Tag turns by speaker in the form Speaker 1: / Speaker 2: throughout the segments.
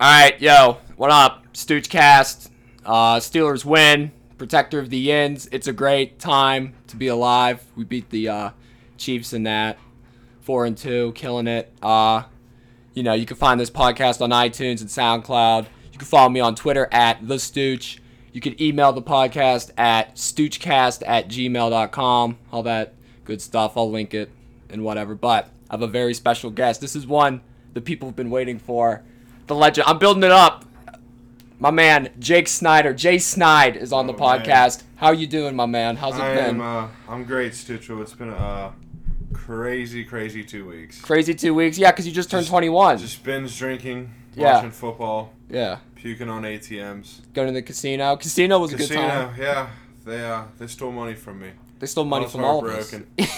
Speaker 1: All right, yo, what up, Stoochcast? Uh, Steelers win, protector of the ends. It's a great time to be alive. We beat the uh, Chiefs in that, four and two, killing it. Uh, you know, you can find this podcast on iTunes and SoundCloud. You can follow me on Twitter at the Stooch. You can email the podcast at stoochcast at gmail.com. All that good stuff. I'll link it and whatever. But I have a very special guest. This is one the people have been waiting for. The legend. I'm building it up. My man, Jake Snyder. Jay Snide is on the
Speaker 2: Oh, man.
Speaker 1: podcast. How you doing, my man? How's it
Speaker 2: I
Speaker 1: been?
Speaker 2: am. Uh, I'm great, Stitchel. It's been a crazy, crazy two weeks.
Speaker 1: Crazy two weeks? Yeah, because you just turned
Speaker 2: Just-
Speaker 1: 21.
Speaker 2: Just binge drinking,
Speaker 1: Yeah.
Speaker 2: watching football,
Speaker 1: yeah.
Speaker 2: puking on ATMs.
Speaker 1: Going to the casino. Casino was a good time.
Speaker 2: Casino, yeah. They uh, they stole money from me.
Speaker 1: They stole money
Speaker 2: was
Speaker 1: from all of us.
Speaker 2: heartbroken.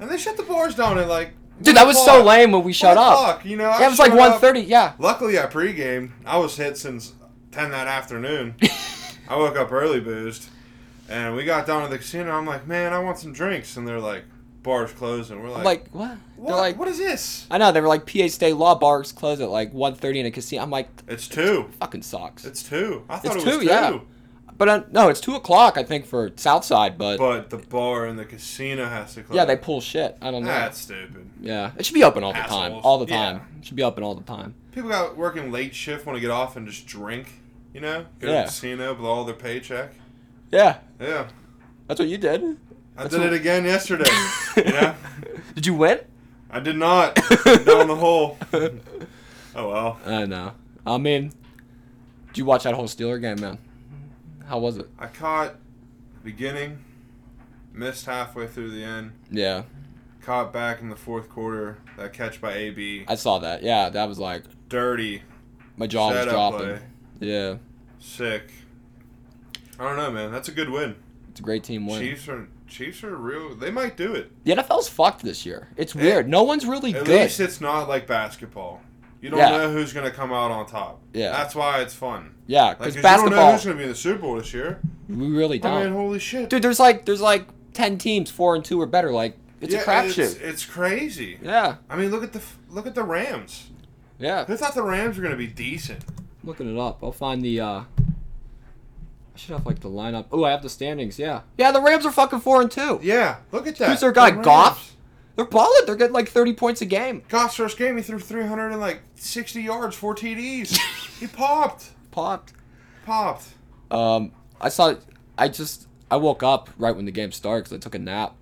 Speaker 2: And they shut the bars down at like.
Speaker 1: Dude,
Speaker 2: one
Speaker 1: that was so
Speaker 2: o'clock.
Speaker 1: lame when we shut
Speaker 2: One
Speaker 1: up.
Speaker 2: o'clock, You know, I
Speaker 1: Yeah, it was like
Speaker 2: showed up.
Speaker 1: 1.30. Yeah.
Speaker 2: Luckily, I pre-gamed. I was hit since ten that afternoon. I woke up early, boozed, and we got down to the casino. I'm like, man, I want some drinks, and they're like, bars closed, and we're like,
Speaker 1: I'm like, what?
Speaker 2: what?
Speaker 1: They're like,
Speaker 2: what is this?
Speaker 1: I know they were like PA state law bars close at like 1.30 in a casino. I'm like,
Speaker 2: It's two.
Speaker 1: fucking sucks.
Speaker 2: It's two. I thought
Speaker 1: It's
Speaker 2: it was
Speaker 1: two,
Speaker 2: two.
Speaker 1: yeah. But uh, no, it's two o'clock I think for Southside. But,
Speaker 2: But the bar in the casino has to close.
Speaker 1: yeah, they pull shit. I don't know.
Speaker 2: That's stupid.
Speaker 1: yeah, it should be open all the time.
Speaker 2: Assholes.
Speaker 1: All the
Speaker 2: Yeah.
Speaker 1: time. It should be open all the time.
Speaker 2: People got working late shift want to get off and just drink. You know, go to
Speaker 1: Yeah.
Speaker 2: the casino, blow all their paycheck.
Speaker 1: Yeah,
Speaker 2: Yeah,
Speaker 1: that's what you did.
Speaker 2: I
Speaker 1: That's
Speaker 2: did
Speaker 1: what-
Speaker 2: it again yesterday. you know,
Speaker 1: Did you win?
Speaker 2: I did not. down the hole. Oh well.
Speaker 1: I know. I mean, did you watch that whole Steeler game, man? How was it?
Speaker 2: I caught the beginning, missed halfway through the end,
Speaker 1: Yeah,
Speaker 2: caught back in the fourth quarter. That catch by AB,
Speaker 1: I saw that. Yeah, that was like
Speaker 2: dirty
Speaker 1: my jaw was
Speaker 2: setup
Speaker 1: dropping.
Speaker 2: play,
Speaker 1: Yeah,
Speaker 2: sick. I don't know, man. That's a good win.
Speaker 1: it's a great team win.
Speaker 2: Chiefs are Chiefs are real. They might do it.
Speaker 1: The NFL's fucked this year. It's weird. no one's really
Speaker 2: At
Speaker 1: good.
Speaker 2: least it's not like basketball. You don't
Speaker 1: Yeah.
Speaker 2: know who's gonna come out on top.
Speaker 1: Yeah.
Speaker 2: that's why it's fun.
Speaker 1: yeah,
Speaker 2: Like,
Speaker 1: because
Speaker 2: 'cause you don't know
Speaker 1: basketball,
Speaker 2: who's gonna be in the Super Bowl this year.
Speaker 1: we really don't.
Speaker 2: I mean, holy shit,
Speaker 1: Dude, there's like there's like ten teams, four and two or better. Like it's
Speaker 2: Yeah,
Speaker 1: a crapshoot.
Speaker 2: It's, it's crazy.
Speaker 1: Yeah,
Speaker 2: I mean, look at the f- look at the Rams.
Speaker 1: yeah. I'm
Speaker 2: Who thought the Rams were gonna be decent?
Speaker 1: looking it up. I'll find the. uh I should have like the lineup. Oh, I have the standings. Yeah, yeah. The Rams are fucking four and two.
Speaker 2: Yeah, look at that.
Speaker 1: Who's their guy,
Speaker 2: The Rams.
Speaker 1: Goff? They're balling. They're getting like thirty points a game.
Speaker 2: Goff's first game, he threw 300 and like 60 yards, four TDs. he popped,
Speaker 1: Popped.
Speaker 2: popped.
Speaker 1: Um, I saw. I just I woke up right when the game started because I took a nap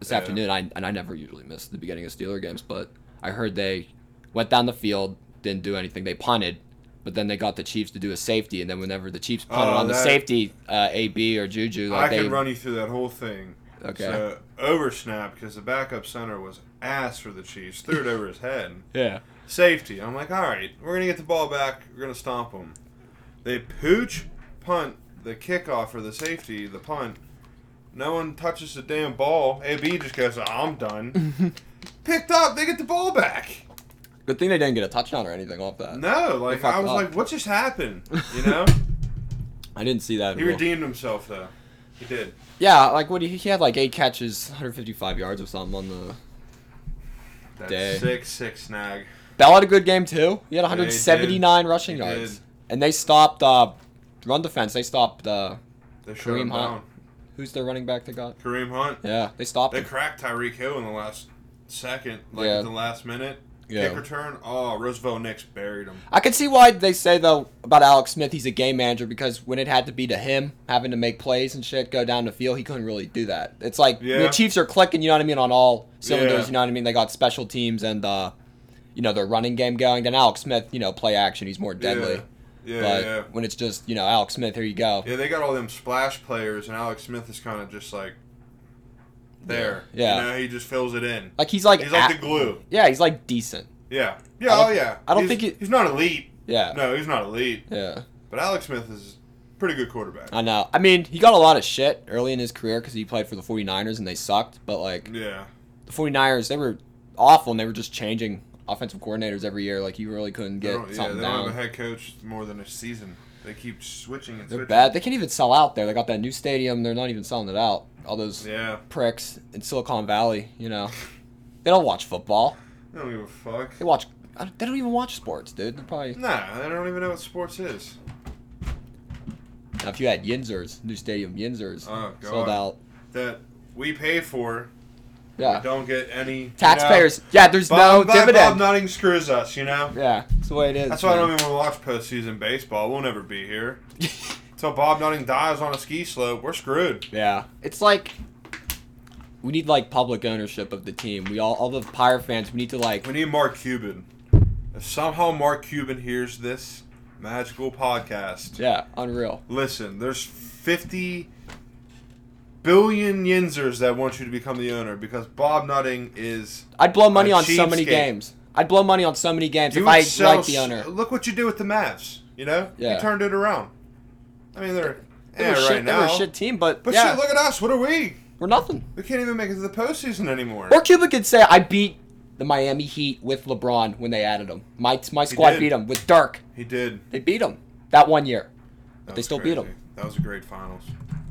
Speaker 1: this
Speaker 2: Yeah.
Speaker 1: afternoon. I and I never usually miss the beginning of Steeler games, but I heard they went down the field, didn't do anything. They punted, but then they got the Chiefs to do a safety, and then whenever the Chiefs punted
Speaker 2: Oh,
Speaker 1: on the
Speaker 2: that-
Speaker 1: safety, uh, AB or Juju, like
Speaker 2: I
Speaker 1: they
Speaker 2: could run you through that whole thing.
Speaker 1: Okay.
Speaker 2: So, over snap because the backup center was ass for the Chiefs. Threw it over his head.
Speaker 1: yeah
Speaker 2: Safety. I'm like, all right, we're gonna get the ball back. We're gonna stomp him. They pooch punt the kickoff for the safety, the punt. No one touches the damn ball. AB just goes, I'm done. Picked up. They get the ball back.
Speaker 1: good thing they didn't get a touchdown or anything off that.
Speaker 2: No, like
Speaker 1: fucked
Speaker 2: I was
Speaker 1: up.
Speaker 2: like, what just happened? You know,
Speaker 1: I didn't see that.
Speaker 2: he
Speaker 1: at all.
Speaker 2: redeemed himself though. He did.
Speaker 1: yeah, like what he, he had like eight catches, 155 yards or something on the.
Speaker 2: That
Speaker 1: Day.
Speaker 2: six six snag.
Speaker 1: Bell had a good game too. He had
Speaker 2: he did.
Speaker 1: 179 rushing
Speaker 2: He
Speaker 1: yards,
Speaker 2: did.
Speaker 1: and they stopped uh, run defense. They stopped uh,
Speaker 2: They shut
Speaker 1: Kareem
Speaker 2: him down.
Speaker 1: Hunt. who's their running back they got?
Speaker 2: Kareem Hunt.
Speaker 1: Yeah, they stopped.
Speaker 2: They
Speaker 1: Him.
Speaker 2: cracked Tyreek Hill in the last second, like
Speaker 1: Yeah.
Speaker 2: at the last minute.
Speaker 1: Yeah.
Speaker 2: Kick return. Oh, Roosevelt Nix buried him.
Speaker 1: I can see why they say though about Alex Smith, he's a game manager because when it had to be to him having to make plays and shit, go down the field, he couldn't really do that. It's like the
Speaker 2: Yeah.
Speaker 1: Chiefs are clicking, you know what I mean, on all cylinders.
Speaker 2: Yeah.
Speaker 1: You know what I mean? They got special teams and uh, you know their running game going. Then Alex Smith, you know, play action, he's more deadly.
Speaker 2: Yeah, yeah,
Speaker 1: but
Speaker 2: yeah.
Speaker 1: when it's just you know Alex Smith, here you go.
Speaker 2: Yeah, they got all them splash players, and Alex Smith is kind of just like there.
Speaker 1: Yeah.
Speaker 2: You know, he just fills it in.
Speaker 1: Like he's like
Speaker 2: He's like
Speaker 1: a-
Speaker 2: the glue.
Speaker 1: Yeah, he's like decent.
Speaker 2: Yeah. Yeah,
Speaker 1: I don't-
Speaker 2: oh, yeah.
Speaker 1: I don't
Speaker 2: He's-
Speaker 1: think Uh, it-
Speaker 2: He's not elite.
Speaker 1: Yeah.
Speaker 2: No, he's not elite.
Speaker 1: Yeah.
Speaker 2: But Alex Smith is a pretty good quarterback.
Speaker 1: I know. I mean, he got a lot of shit early in his career because he played for the 49ers and they sucked. But, like,
Speaker 2: Yeah.
Speaker 1: the 49ers, they were awful and they were just changing offensive coordinators every year. Like, you really couldn't
Speaker 2: They
Speaker 1: get
Speaker 2: don't, yeah, they
Speaker 1: something
Speaker 2: don't have a
Speaker 1: down.
Speaker 2: head coach more than a season. They keep switching and
Speaker 1: They're
Speaker 2: switching.
Speaker 1: bad. They can't even sell out there. They got that new stadium. They're not even selling it out. All those
Speaker 2: Yeah.
Speaker 1: pricks in Silicon Valley, you know. They don't watch football.
Speaker 2: They don't give a fuck.
Speaker 1: They watch I don't- they don't even watch sports, dude. They're probably
Speaker 2: Nah, I don't even know what sports is.
Speaker 1: now, if you had Yinzers, new stadium Yinzers,
Speaker 2: Oh, God.
Speaker 1: sold out.
Speaker 2: That we pay for, we
Speaker 1: Yeah,
Speaker 2: don't get any you know?
Speaker 1: taxpayers. yeah, there's
Speaker 2: Bob,
Speaker 1: no
Speaker 2: Bob,
Speaker 1: dividend.
Speaker 2: Bob Nutting screws us, you know.
Speaker 1: yeah, that's the way it is.
Speaker 2: That's why I
Speaker 1: man.
Speaker 2: don't even want to watch postseason baseball. We'll never be here. Until Bob Nutting dies on a ski slope, we're screwed.
Speaker 1: Yeah, it's like we need like public ownership of the team. We all, all the Pirate fans, we need to like.
Speaker 2: We need Mark Cuban. If somehow Mark Cuban hears this magical podcast,
Speaker 1: Yeah, unreal.
Speaker 2: listen, there's 50 billion Yinzers that want you to become the owner because Bob Nutting is.
Speaker 1: I'd blow money
Speaker 2: A
Speaker 1: on so many
Speaker 2: cheapskate.
Speaker 1: games. I'd blow money on so many games
Speaker 2: you
Speaker 1: if I
Speaker 2: would sell
Speaker 1: like the
Speaker 2: s-
Speaker 1: owner.
Speaker 2: Look what you did with the Mavs. You know,
Speaker 1: Yeah.
Speaker 2: you turned it around. I mean, they're
Speaker 1: They
Speaker 2: yeah,
Speaker 1: were
Speaker 2: right
Speaker 1: shit, they were
Speaker 2: now.
Speaker 1: a shit team, but,
Speaker 2: But
Speaker 1: yeah,
Speaker 2: shit, look at us. What are we?
Speaker 1: we're nothing.
Speaker 2: We can't even make it to the postseason anymore.
Speaker 1: Or Cuba could say I beat the Miami Heat with LeBron when they added him. My my squad
Speaker 2: did.
Speaker 1: beat him with Dirk.
Speaker 2: He did.
Speaker 1: They beat him that one year.
Speaker 2: That
Speaker 1: they
Speaker 2: was
Speaker 1: still beat
Speaker 2: crazy.
Speaker 1: 'em.
Speaker 2: That was a great finals.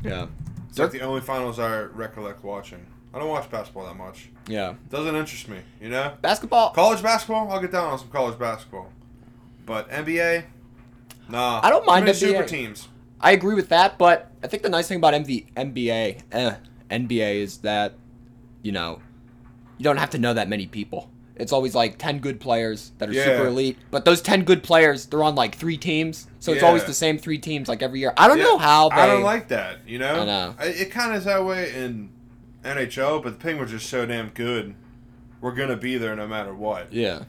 Speaker 1: Yeah.
Speaker 2: It's like the only finals I recollect watching. I don't watch basketball that much.
Speaker 1: Yeah.
Speaker 2: Doesn't interest me, you know?
Speaker 1: Basketball.
Speaker 2: College basketball, I'll get down on some college basketball. But NBA, nah.
Speaker 1: I don't mind
Speaker 2: Too many
Speaker 1: NBA.
Speaker 2: super teams.
Speaker 1: I agree with that, but I think the nice thing about MV, NBA, eh, NBA is that, you know, you don't have to know that many people. It's always like 10 good players that are
Speaker 2: Yeah.
Speaker 1: super elite, but those 10 good players, they're on like three teams, so it's always
Speaker 2: Yeah.
Speaker 1: the same three teams like every year. I don't
Speaker 2: Yeah,
Speaker 1: know how they.
Speaker 2: I don't like that, you know?
Speaker 1: I know.
Speaker 2: I- it kind of is that way in NHL, but the Penguins are so damn good. We're going to be there no matter what.
Speaker 1: Yeah.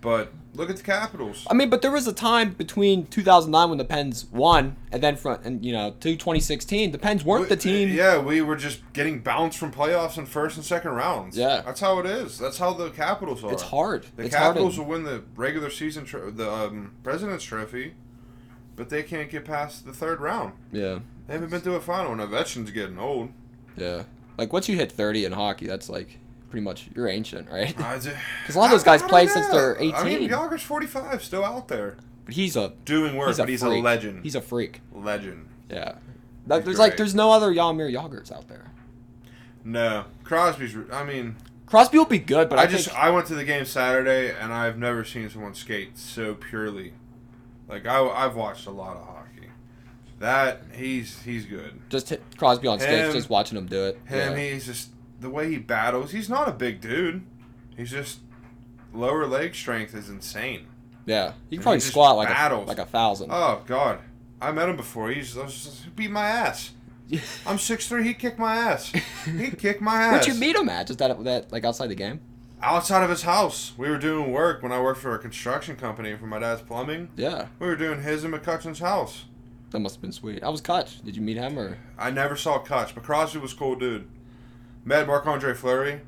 Speaker 2: But look at the Capitals.
Speaker 1: I mean, but there was a time between 2009 when the Pens won, and then from, and, you know, to 2016, the Pens weren't
Speaker 2: We-
Speaker 1: the team.
Speaker 2: uh, Yeah, we were just getting bounced from playoffs in first and second rounds.
Speaker 1: Yeah.
Speaker 2: that's how it is. That's how the Capitals are.
Speaker 1: It's hard.
Speaker 2: The
Speaker 1: it's hard.
Speaker 2: Capitals will win the regular season, tro- the um, President's Trophy, but they can't get past the third round.
Speaker 1: yeah.
Speaker 2: They haven't been to a final, and Ovechkin's getting old.
Speaker 1: Yeah. Like once you hit 30 in hockey, that's like pretty much you're ancient, right?
Speaker 2: Because
Speaker 1: a lot of those guys played since they're
Speaker 2: I
Speaker 1: 18.
Speaker 2: mean, Yager's forty-five, still out there
Speaker 1: But he's a
Speaker 2: doing work,
Speaker 1: he's a
Speaker 2: but he's
Speaker 1: freak.
Speaker 2: a legend.
Speaker 1: He's a freak.
Speaker 2: legend.
Speaker 1: Yeah. Like,
Speaker 2: He's
Speaker 1: there's like
Speaker 2: great.
Speaker 1: there's no other Yamir Yagers out there.
Speaker 2: No, Crosby's. re- I mean,
Speaker 1: Crosby will be good, but I,
Speaker 2: I, just
Speaker 1: think
Speaker 2: I went to the game Saturday and I've never seen someone skate so purely. Like I I've watched a lot of hockey. That he's he's good.
Speaker 1: just hit Crosby on stage,
Speaker 2: Him-
Speaker 1: just watching him do it.
Speaker 2: Him
Speaker 1: yeah.
Speaker 2: he's just the way he battles. He's not a big dude. He's just lower leg strength is insane.
Speaker 1: yeah. He
Speaker 2: he
Speaker 1: could probably
Speaker 2: just
Speaker 1: squat like a,
Speaker 2: battles.
Speaker 1: like a thousand.
Speaker 2: Oh god. I met him before. He's I was just- he beat my ass. I'm 6'3", he kicked my ass. He kicked my ass.
Speaker 1: Where'd you meet him at? Just that that like outside the game?
Speaker 2: Outside of his house. We were doing work when I worked for a construction company for my dad's plumbing.
Speaker 1: Yeah.
Speaker 2: We were doing his and McCutcheon's house.
Speaker 1: That must have been sweet. I was Kutch. Did you meet him or
Speaker 2: I never saw Koch, but Crosby was a cool dude. Met Marc Andre Fleury.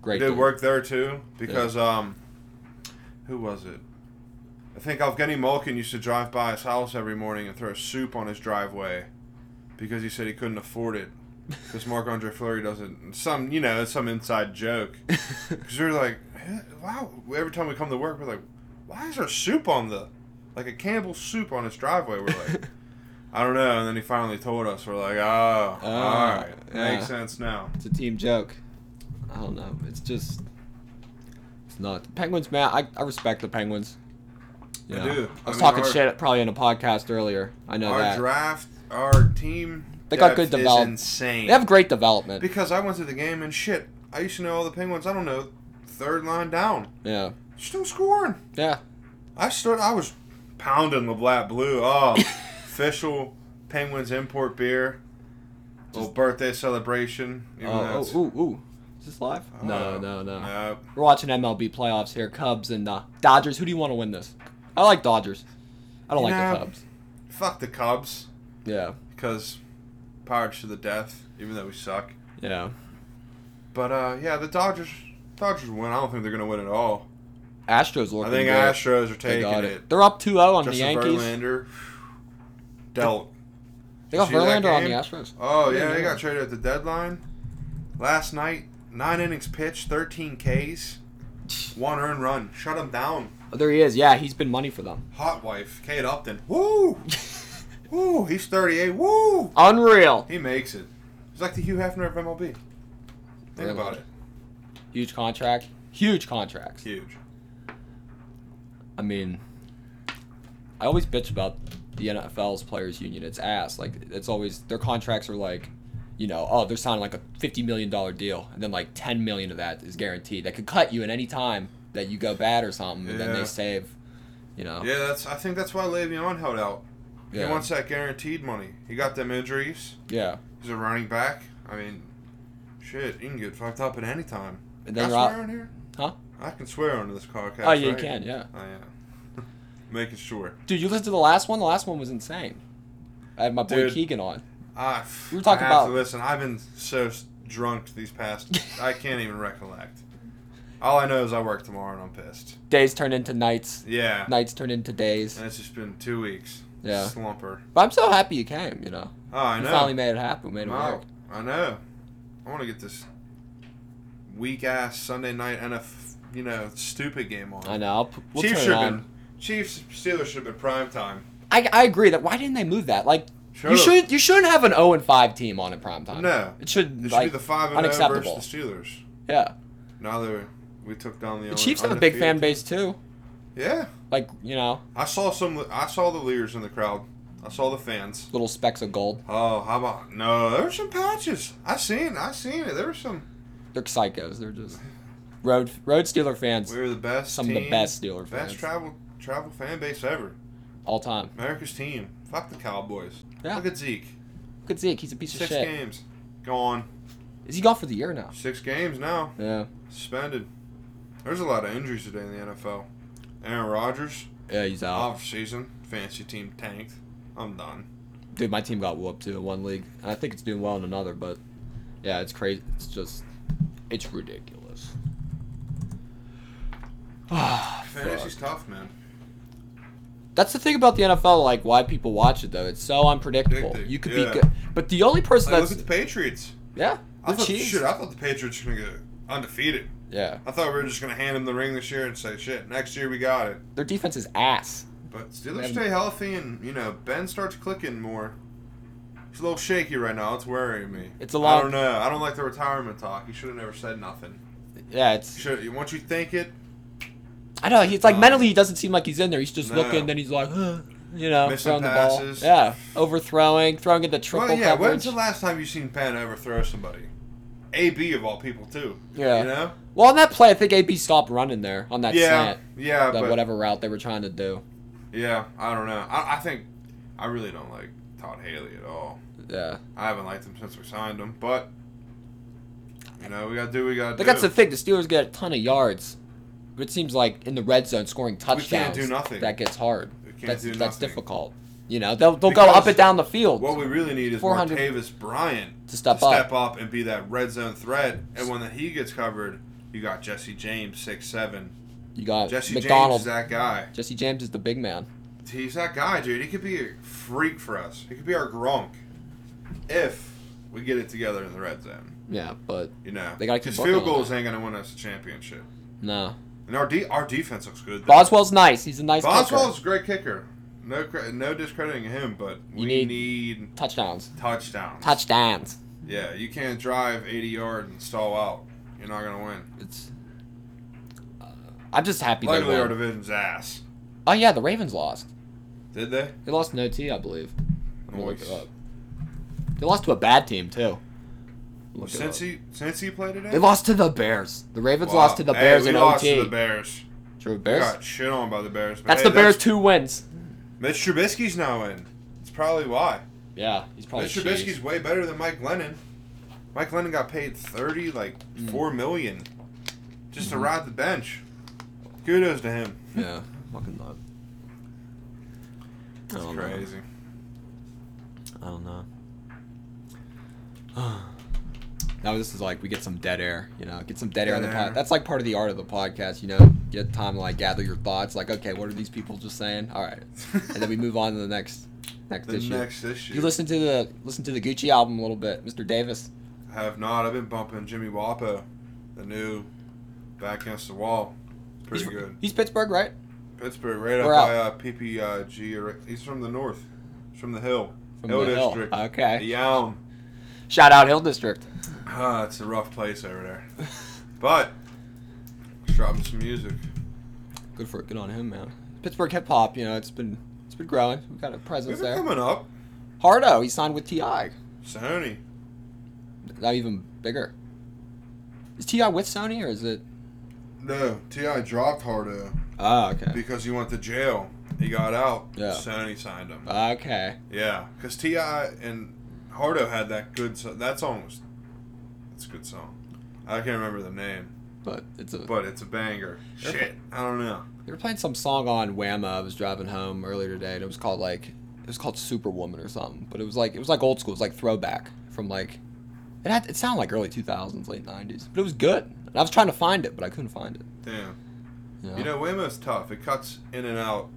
Speaker 1: great?
Speaker 2: did
Speaker 1: dude.
Speaker 2: work there too because um, who was it? I think Evgeny Malkin used to drive by his house every morning and throw soup on his driveway because he said he couldn't afford it because Marc Andre Fleury doesn't. Some you know it's some inside joke because we're like, "Eh, wow. Every time we come to work, we're like, why is there soup on the like a Campbell's soup on his driveway? We're like. I don't know, and then he finally told us. We're like, oh,
Speaker 1: Ah,
Speaker 2: all right,
Speaker 1: yeah.
Speaker 2: makes sense now.
Speaker 1: It's a team joke. I don't know. It's just it's not the Penguins, man. I, I respect the Penguins.
Speaker 2: I
Speaker 1: Yeah.
Speaker 2: do.
Speaker 1: I was
Speaker 2: I mean,
Speaker 1: talking
Speaker 2: our-
Speaker 1: shit probably in a podcast earlier. I know
Speaker 2: our
Speaker 1: that.
Speaker 2: draft, our team.
Speaker 1: They got good
Speaker 2: depth is
Speaker 1: develop-
Speaker 2: Insane.
Speaker 1: They have great development.
Speaker 2: because I went to the game and shit. I used to know all the Penguins. I don't know third line down.
Speaker 1: yeah.
Speaker 2: Still scoring.
Speaker 1: Yeah.
Speaker 2: I stood. I was pounding the black blue. Oh, official Penguins import beer. Little birthday celebration. even though
Speaker 1: Oh,
Speaker 2: it's-
Speaker 1: oh, ooh, ooh. Is this live? No,
Speaker 2: Oh,
Speaker 1: no, no,
Speaker 2: no.
Speaker 1: We're watching MLB playoffs here. Cubs and uh, Dodgers. Who do you want to win this? I like Dodgers. I don't
Speaker 2: You
Speaker 1: like the
Speaker 2: know-
Speaker 1: Cubs.
Speaker 2: Fuck the Cubs
Speaker 1: Yeah.
Speaker 2: because Pirates to the death. Even though we suck.
Speaker 1: Yeah.
Speaker 2: But uh, yeah, the Dodgers. Dodgers win. I don't think they're gonna win at all.
Speaker 1: Astros looking
Speaker 2: I think
Speaker 1: good.
Speaker 2: Astros are
Speaker 1: They
Speaker 2: taking
Speaker 1: got
Speaker 2: it.
Speaker 1: it. They're up 2-0 on the
Speaker 2: Justin
Speaker 1: Yankees.
Speaker 2: Verlander dealt.
Speaker 1: They got
Speaker 2: Did you see that
Speaker 1: Verlander on the
Speaker 2: game?
Speaker 1: Astros.
Speaker 2: Oh
Speaker 1: Yeah,
Speaker 2: yeah,
Speaker 1: yeah.
Speaker 2: they got traded at the deadline last night. Nine innings pitched, thirteen Ks, one earned run. Shut him down.
Speaker 1: Oh, there he is. Yeah, he's been money for them.
Speaker 2: Hot wife, Kate Upton. Woo, woo. He's thirty-eight. Woo.
Speaker 1: Unreal.
Speaker 2: He makes it. He's like the Hugh Hefner of MLB. Think
Speaker 1: Really?
Speaker 2: about it.
Speaker 1: Huge contract. Huge contracts.
Speaker 2: Huge.
Speaker 1: I mean, I always bitch about the NFL's players union. It's ass. Like it's always their contracts are like, you know, oh they're signing like a fifty million dollar deal, and then like ten million of that is guaranteed. They could cut you at any time that you go bad or something, and then
Speaker 2: Yeah.
Speaker 1: they save. You know.
Speaker 2: Yeah, that's. I think that's why Le'Veon held out.
Speaker 1: Oh. Yeah.
Speaker 2: He wants that guaranteed money. He got them injuries.
Speaker 1: Yeah.
Speaker 2: He's a running back. I mean, shit, you can get fucked up at any time.
Speaker 1: And then
Speaker 2: can
Speaker 1: you're
Speaker 2: I
Speaker 1: out-
Speaker 2: swear on here?
Speaker 1: Huh?
Speaker 2: I can swear on this podcast.
Speaker 1: oh yeah,
Speaker 2: right?
Speaker 1: you can. Yeah.
Speaker 2: Oh yeah. Making sure.
Speaker 1: Dude, you listened to the last one. The last one was insane. I had my boy
Speaker 2: Dude.
Speaker 1: Keegan on.
Speaker 2: I.
Speaker 1: We were talking
Speaker 2: I have
Speaker 1: about-
Speaker 2: To listen, I've been so s- drunk these past. I can't even recollect. All I know is I work tomorrow and I'm pissed.
Speaker 1: Days turned into nights.
Speaker 2: Yeah.
Speaker 1: Nights turned into days.
Speaker 2: And it's just been two weeks.
Speaker 1: Yeah.
Speaker 2: Slumper.
Speaker 1: But I'm so happy you came. You know.
Speaker 2: Oh, I
Speaker 1: you
Speaker 2: know.
Speaker 1: finally made it happen. We Made it
Speaker 2: Wow,
Speaker 1: work.
Speaker 2: I know. I want to get this weak ass Sunday night NF, you know, stupid game on.
Speaker 1: I know. I'll p- We'll turn
Speaker 2: Chiefs should
Speaker 1: it
Speaker 2: have
Speaker 1: on.
Speaker 2: been. Chiefs Steelers should have been prime time.
Speaker 1: I, I agree that why didn't they move that? Like
Speaker 2: Sure.
Speaker 1: you should you shouldn't have an 0 and 5 team on in prime time.
Speaker 2: No.
Speaker 1: It should,
Speaker 2: It should
Speaker 1: like
Speaker 2: be the five and oh
Speaker 1: unacceptable.
Speaker 2: versus the Steelers.
Speaker 1: yeah.
Speaker 2: Now that we- we took down the.
Speaker 1: The Chiefs have a big fan base too.
Speaker 2: Yeah,
Speaker 1: Like, you know,
Speaker 2: I saw some. I saw the leaders in the crowd. I saw the fans.
Speaker 1: little specks of gold.
Speaker 2: Oh, how about no? There were some patches. I seen. I seen it. There were some.
Speaker 1: They're psychos. They're just road road Steeler fans
Speaker 2: We were the best.
Speaker 1: Some of the
Speaker 2: team,
Speaker 1: best Steeler fans.
Speaker 2: Best travel travel fan base ever.
Speaker 1: all time.
Speaker 2: America's team. Fuck the Cowboys.
Speaker 1: Yeah.
Speaker 2: Look at Zeke.
Speaker 1: Look at Zeke, he's a piece of
Speaker 2: Six
Speaker 1: shit.
Speaker 2: games. Gone.
Speaker 1: Is he gone for the year now?
Speaker 2: Six games now.
Speaker 1: Yeah.
Speaker 2: Suspended. There's a lot of injuries today in the NFL. Aaron Rodgers,
Speaker 1: Yeah, he's out.
Speaker 2: off season. Fancy team tanked. I'm done.
Speaker 1: Dude, my team got whooped too in one league. And I think it's doing well in another, but yeah, it's crazy. It's just it's ridiculous. Ah, fuck.
Speaker 2: Fantasy's tough, man.
Speaker 1: That's the thing about the NFL, like why people watch it though. It's so unpredictable.
Speaker 2: Addictive,
Speaker 1: You could
Speaker 2: yeah.
Speaker 1: be good, but the only person
Speaker 2: Like, look
Speaker 1: that's
Speaker 2: at the Patriots.
Speaker 1: yeah,
Speaker 2: I
Speaker 1: the
Speaker 2: thought,
Speaker 1: Chiefs.
Speaker 2: shit, I thought the Patriots were going to go undefeated.
Speaker 1: yeah,
Speaker 2: I thought we were just going to hand them the ring this year and say, shit, next year we got it.
Speaker 1: their defense is ass.
Speaker 2: But Steelers
Speaker 1: Man.
Speaker 2: stay healthy and, you know, Ben starts clicking more. He's a little shaky right now. It's worrying me.
Speaker 1: It's a
Speaker 2: I
Speaker 1: lot-
Speaker 2: don't know. I don't like the retirement talk. He should have never said nothing.
Speaker 1: Yeah,
Speaker 2: He
Speaker 1: it's
Speaker 2: Should once you think it,
Speaker 1: I know he's like
Speaker 2: Um,
Speaker 1: mentally he doesn't seem like he's in there. He's just
Speaker 2: no.
Speaker 1: looking, then he's like, huh, you know,
Speaker 2: Missing
Speaker 1: throwing
Speaker 2: passes.
Speaker 1: the ball. Yeah, overthrowing, throwing into triple
Speaker 2: well, yeah.
Speaker 1: coverage.
Speaker 2: When's the last time you seen Penn overthrow somebody? AB of all people too.
Speaker 1: Yeah.
Speaker 2: You know.
Speaker 1: well, on that play, I think AB stopped running there on that
Speaker 2: yeah.
Speaker 1: slant,
Speaker 2: Yeah.
Speaker 1: that
Speaker 2: But
Speaker 1: whatever route they were trying to do.
Speaker 2: yeah, I don't know. I, I think I really don't like Todd Haley at all.
Speaker 1: Yeah,
Speaker 2: I haven't liked him since we signed him, but you know we gotta do what we gotta
Speaker 1: but
Speaker 2: do.
Speaker 1: that's the thing. The Steelers get a ton of yards. It seems like in the red zone scoring touchdowns.
Speaker 2: do nothing.
Speaker 1: That gets hard.
Speaker 2: We can't
Speaker 1: That's
Speaker 2: do
Speaker 1: that's
Speaker 2: nothing.
Speaker 1: difficult. You know, they'll they'll go
Speaker 2: Because
Speaker 1: up and down the field
Speaker 2: What we really need is
Speaker 1: 400
Speaker 2: Martavis Bryant
Speaker 1: to step
Speaker 2: to
Speaker 1: up.
Speaker 2: step up and be that red zone threat. And when he gets covered, you got Jesse James, six seven.
Speaker 1: You got
Speaker 2: Jesse James
Speaker 1: McDonald.
Speaker 2: is that guy.
Speaker 1: Jesse James is the big man.
Speaker 2: He's that guy, dude. He could be a freak for us. He could be our Gronk if we get it together in the red zone.
Speaker 1: Yeah, but
Speaker 2: You know,
Speaker 1: They gotta keep
Speaker 2: his
Speaker 1: working
Speaker 2: field
Speaker 1: on
Speaker 2: goals ain't gonna win us a championship.
Speaker 1: no.
Speaker 2: And our de- our defense looks good. though.
Speaker 1: Boswell's nice. He's a nice
Speaker 2: Boswell's a great kicker. No cre- no discrediting him, but
Speaker 1: You
Speaker 2: we
Speaker 1: need-
Speaker 2: need,
Speaker 1: kicker. touchdowns.
Speaker 2: touchdowns.
Speaker 1: Touchdowns.
Speaker 2: yeah, you can't drive 80 yards and stall out. You're not gonna win.
Speaker 1: It's. uh, I'm just happy they
Speaker 2: Luckily, our
Speaker 1: won.
Speaker 2: division's ass.
Speaker 1: Oh yeah, the Ravens lost.
Speaker 2: Did they?
Speaker 1: They lost no T, I believe. Let me look
Speaker 2: Nice.
Speaker 1: it up. They lost to a bad team too. Look it
Speaker 2: Since
Speaker 1: up.
Speaker 2: he since he played today,
Speaker 1: They lost to the Bears. The Ravens
Speaker 2: Wow.
Speaker 1: lost to the
Speaker 2: Hey,
Speaker 1: Bears
Speaker 2: we
Speaker 1: in
Speaker 2: lost
Speaker 1: OT.
Speaker 2: To the Bears.
Speaker 1: True
Speaker 2: We
Speaker 1: Bears.
Speaker 2: got shit on by the Bears. but
Speaker 1: That's
Speaker 2: hey,
Speaker 1: the Bears' two wins.
Speaker 2: Mitch Trubisky's now in. It's probably why.
Speaker 1: Yeah, he's probably.
Speaker 2: Mitch
Speaker 1: cheese.
Speaker 2: Trubisky's way better than Mike Lennon. Mike Lennon got paid thirty, like
Speaker 1: Mm. Mm-hmm.
Speaker 2: four million, just to ride the bench. Kudos to him.
Speaker 1: Yeah, fucking love. I
Speaker 2: That's
Speaker 1: don't
Speaker 2: crazy.
Speaker 1: know. I don't know. now this is like we get some dead air, you know, get some dead air on the
Speaker 2: Dead air.
Speaker 1: pod. That's like part of the art of the podcast, you know. Get time to like gather your thoughts. Like, okay, what are these people just saying? All right, and then we move on to the next next
Speaker 2: the
Speaker 1: issue.
Speaker 2: next issue.
Speaker 1: You listen to the listen to the Gucci album a little bit, Mr. Davis.
Speaker 2: Have not. I've been bumping Jimmy Wapo, the new back against the wall. Pretty
Speaker 1: he's,
Speaker 2: good.
Speaker 1: He's Pittsburgh, right?
Speaker 2: Pittsburgh, right up
Speaker 1: Where
Speaker 2: by uh, PPG. or- He's from the north. He's from the hill.
Speaker 1: From
Speaker 2: hill
Speaker 1: the hill.
Speaker 2: district.
Speaker 1: Okay.
Speaker 2: Yown.
Speaker 1: Shout out Hill District.
Speaker 2: Ah, it's a rough place over there. But he's dropping some music.
Speaker 1: Good for good on him, man. Pittsburgh hip hop, you know, it's been it's been growing. We've got a
Speaker 2: We've
Speaker 1: presence
Speaker 2: been
Speaker 1: there.
Speaker 2: coming up.
Speaker 1: Hardo, he signed with Ti.
Speaker 2: Sony.
Speaker 1: Now even bigger. Is Ti with Sony or is it?
Speaker 2: No, Ti dropped Hardo
Speaker 1: Oh, okay.
Speaker 2: because he went to jail. He got out.
Speaker 1: Yeah. Uh.
Speaker 2: Sony signed him.
Speaker 1: Okay.
Speaker 2: Yeah, because Ti and Hardo had that good. So- that song was. That's a good song. I can't remember the name,
Speaker 1: But it's a.
Speaker 2: but it's a banger. Shit, I don't know.
Speaker 1: They were playing some song on Whammo. I was driving home earlier today, and it was called like it was called Superwoman or something. But it was like it was like old school. It was like throwback from like it had it sounded like early two thousands, late nineties. But it was good. And I was trying to find it, but I couldn't find it.
Speaker 2: Damn.
Speaker 1: You know?
Speaker 2: You know, Waymo's tough. It cuts in and out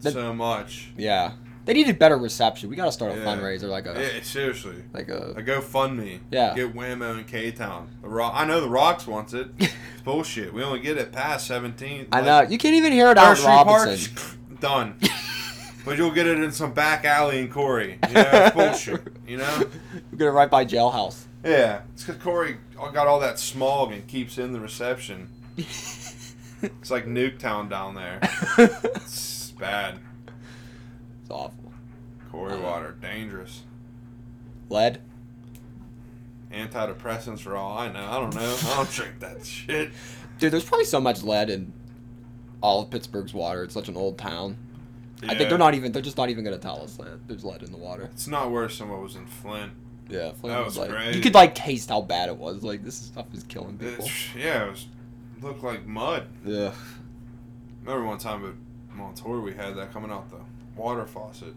Speaker 1: That-
Speaker 2: so much.
Speaker 1: yeah, they needed better reception. We got to start a
Speaker 2: Yeah.
Speaker 1: fundraiser, like a
Speaker 2: Yeah, seriously.
Speaker 1: like
Speaker 2: A
Speaker 1: a
Speaker 2: GoFundMe.
Speaker 1: Yeah.
Speaker 2: Get Waymo and K Town. The Rock. I know the Rocks wants it. It's bullshit. We only get it past 17th.
Speaker 1: I
Speaker 2: Like,
Speaker 1: know you can't even hear it out.
Speaker 2: Nursery
Speaker 1: in
Speaker 2: Park.
Speaker 1: Robinson.
Speaker 2: Done. but you'll get it in some back alley in Corey. You know, it's bullshit. You know.
Speaker 1: we get it right by jailhouse.
Speaker 2: Yeah, it's because Corey got all that smog and keeps in the reception. it's like Nuketown down there.
Speaker 1: it's
Speaker 2: It's bad.
Speaker 1: awful.
Speaker 2: Corey water, dangerous.
Speaker 1: Lead.
Speaker 2: Antidepressants for all I know. I don't know. I don't drink that shit.
Speaker 1: Dude, there's probably so much lead in all of Pittsburgh's water. It's such an old town. I think
Speaker 2: Yeah.
Speaker 1: they're not even. They're just not even gonna tell us that there's lead in the water.
Speaker 2: It's not worse than what was in Flint.
Speaker 1: Yeah, Flint
Speaker 2: That
Speaker 1: was,
Speaker 2: was
Speaker 1: like
Speaker 2: great.
Speaker 1: you could like taste how bad it was. Like this stuff is killing people.
Speaker 2: It's, yeah, it was looked like mud.
Speaker 1: Yeah.
Speaker 2: Remember one time at Montour we had that coming out the water faucet,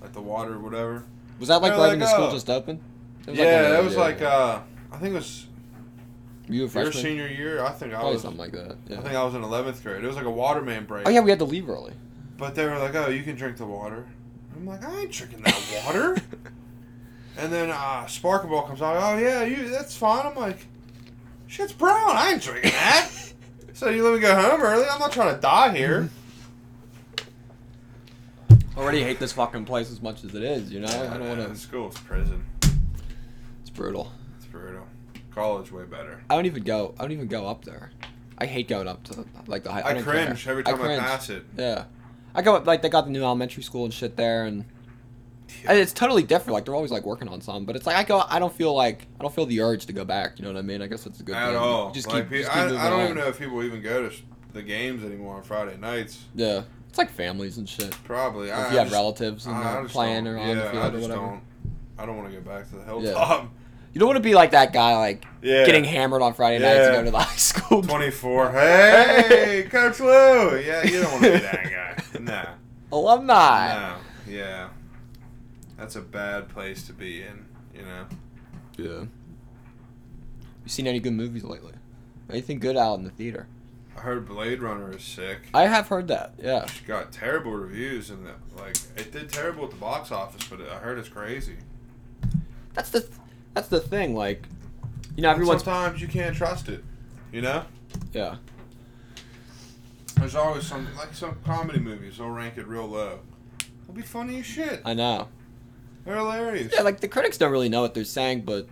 Speaker 2: like the water whatever.
Speaker 1: Was that like
Speaker 2: They're
Speaker 1: right when
Speaker 2: like,
Speaker 1: the school
Speaker 2: oh.
Speaker 1: just opened? It was, like,
Speaker 2: yeah,
Speaker 1: one of
Speaker 2: that
Speaker 1: those,
Speaker 2: was
Speaker 1: yeah,
Speaker 2: like
Speaker 1: yeah.
Speaker 2: uh, I think it was
Speaker 1: you were
Speaker 2: your
Speaker 1: freshman.
Speaker 2: senior year. I think I
Speaker 1: Probably
Speaker 2: was
Speaker 1: something like that.
Speaker 2: I
Speaker 1: Yeah.
Speaker 2: think I was in 11th grade. It was like a water main break.
Speaker 1: Oh yeah, we had to leave early.
Speaker 2: But they were like, oh, you can drink the water. I'm like, I ain't drinking that water. and then uh, Sparkleball comes out. Oh, yeah, you that's fine. I'm like, shit's brown. I ain't drinking that. so you let me go home early? I'm not trying to die here.
Speaker 1: Already hate this fucking place as much as it is. You know, I don't
Speaker 2: Yeah,
Speaker 1: want to.
Speaker 2: School's prison.
Speaker 1: It's brutal.
Speaker 2: It's brutal. College way better.
Speaker 1: I don't even go. I don't even go up there. I hate going up to like the high.
Speaker 2: I,
Speaker 1: don't care.
Speaker 2: cringe every time I,
Speaker 1: cringe.
Speaker 2: pass it.
Speaker 1: Yeah, I go up like they got the new elementary school and shit there, and, and it's totally different. Like they're always like working on something, but it's like I go. I don't feel like I don't feel the urge to go back. You know what I mean? I guess that's a good
Speaker 2: At
Speaker 1: thing.
Speaker 2: all.
Speaker 1: Just
Speaker 2: like,
Speaker 1: keep,
Speaker 2: pe-
Speaker 1: just keep moving
Speaker 2: I, I don't
Speaker 1: on.
Speaker 2: even know if people even go to sh- the games anymore on Friday nights.
Speaker 1: Yeah, it's like families and shit.
Speaker 2: Probably.
Speaker 1: if
Speaker 2: I,
Speaker 1: you
Speaker 2: I
Speaker 1: have
Speaker 2: just-
Speaker 1: relatives and
Speaker 2: I
Speaker 1: they're
Speaker 2: just
Speaker 1: playing
Speaker 2: don't-
Speaker 1: or on the
Speaker 2: yeah,
Speaker 1: field
Speaker 2: I
Speaker 1: or
Speaker 2: just
Speaker 1: whatever.
Speaker 2: Don't, I don't want to go back to the
Speaker 1: Yeah.
Speaker 2: hilltop.
Speaker 1: You don't want to be like that guy, like
Speaker 2: Yeah.
Speaker 1: getting hammered on Friday nights and
Speaker 2: Yeah.
Speaker 1: go to the high school.
Speaker 2: 24. Hey, Coach Lou. Yeah, you don't want to be that guy. Nah.
Speaker 1: Alumni.
Speaker 2: No. Yeah. That's a bad place to be in, you know?
Speaker 1: Yeah. You seen any good movies lately? Anything good out in the theater?
Speaker 2: I heard Blade Runner is sick.
Speaker 1: I have heard that. Yeah.
Speaker 2: It got terrible reviews and the, like it did terrible at the box office, but I heard it's crazy.
Speaker 1: That's the that's the thing. Like, you know, everyone's
Speaker 2: Sometimes you can't trust it, you know.
Speaker 1: yeah.
Speaker 2: There's always some like some comedy movies. They'll rank it real low. It'll be funny as shit.
Speaker 1: I know.
Speaker 2: They're hilarious.
Speaker 1: Yeah, like the critics don't really know what they're saying, but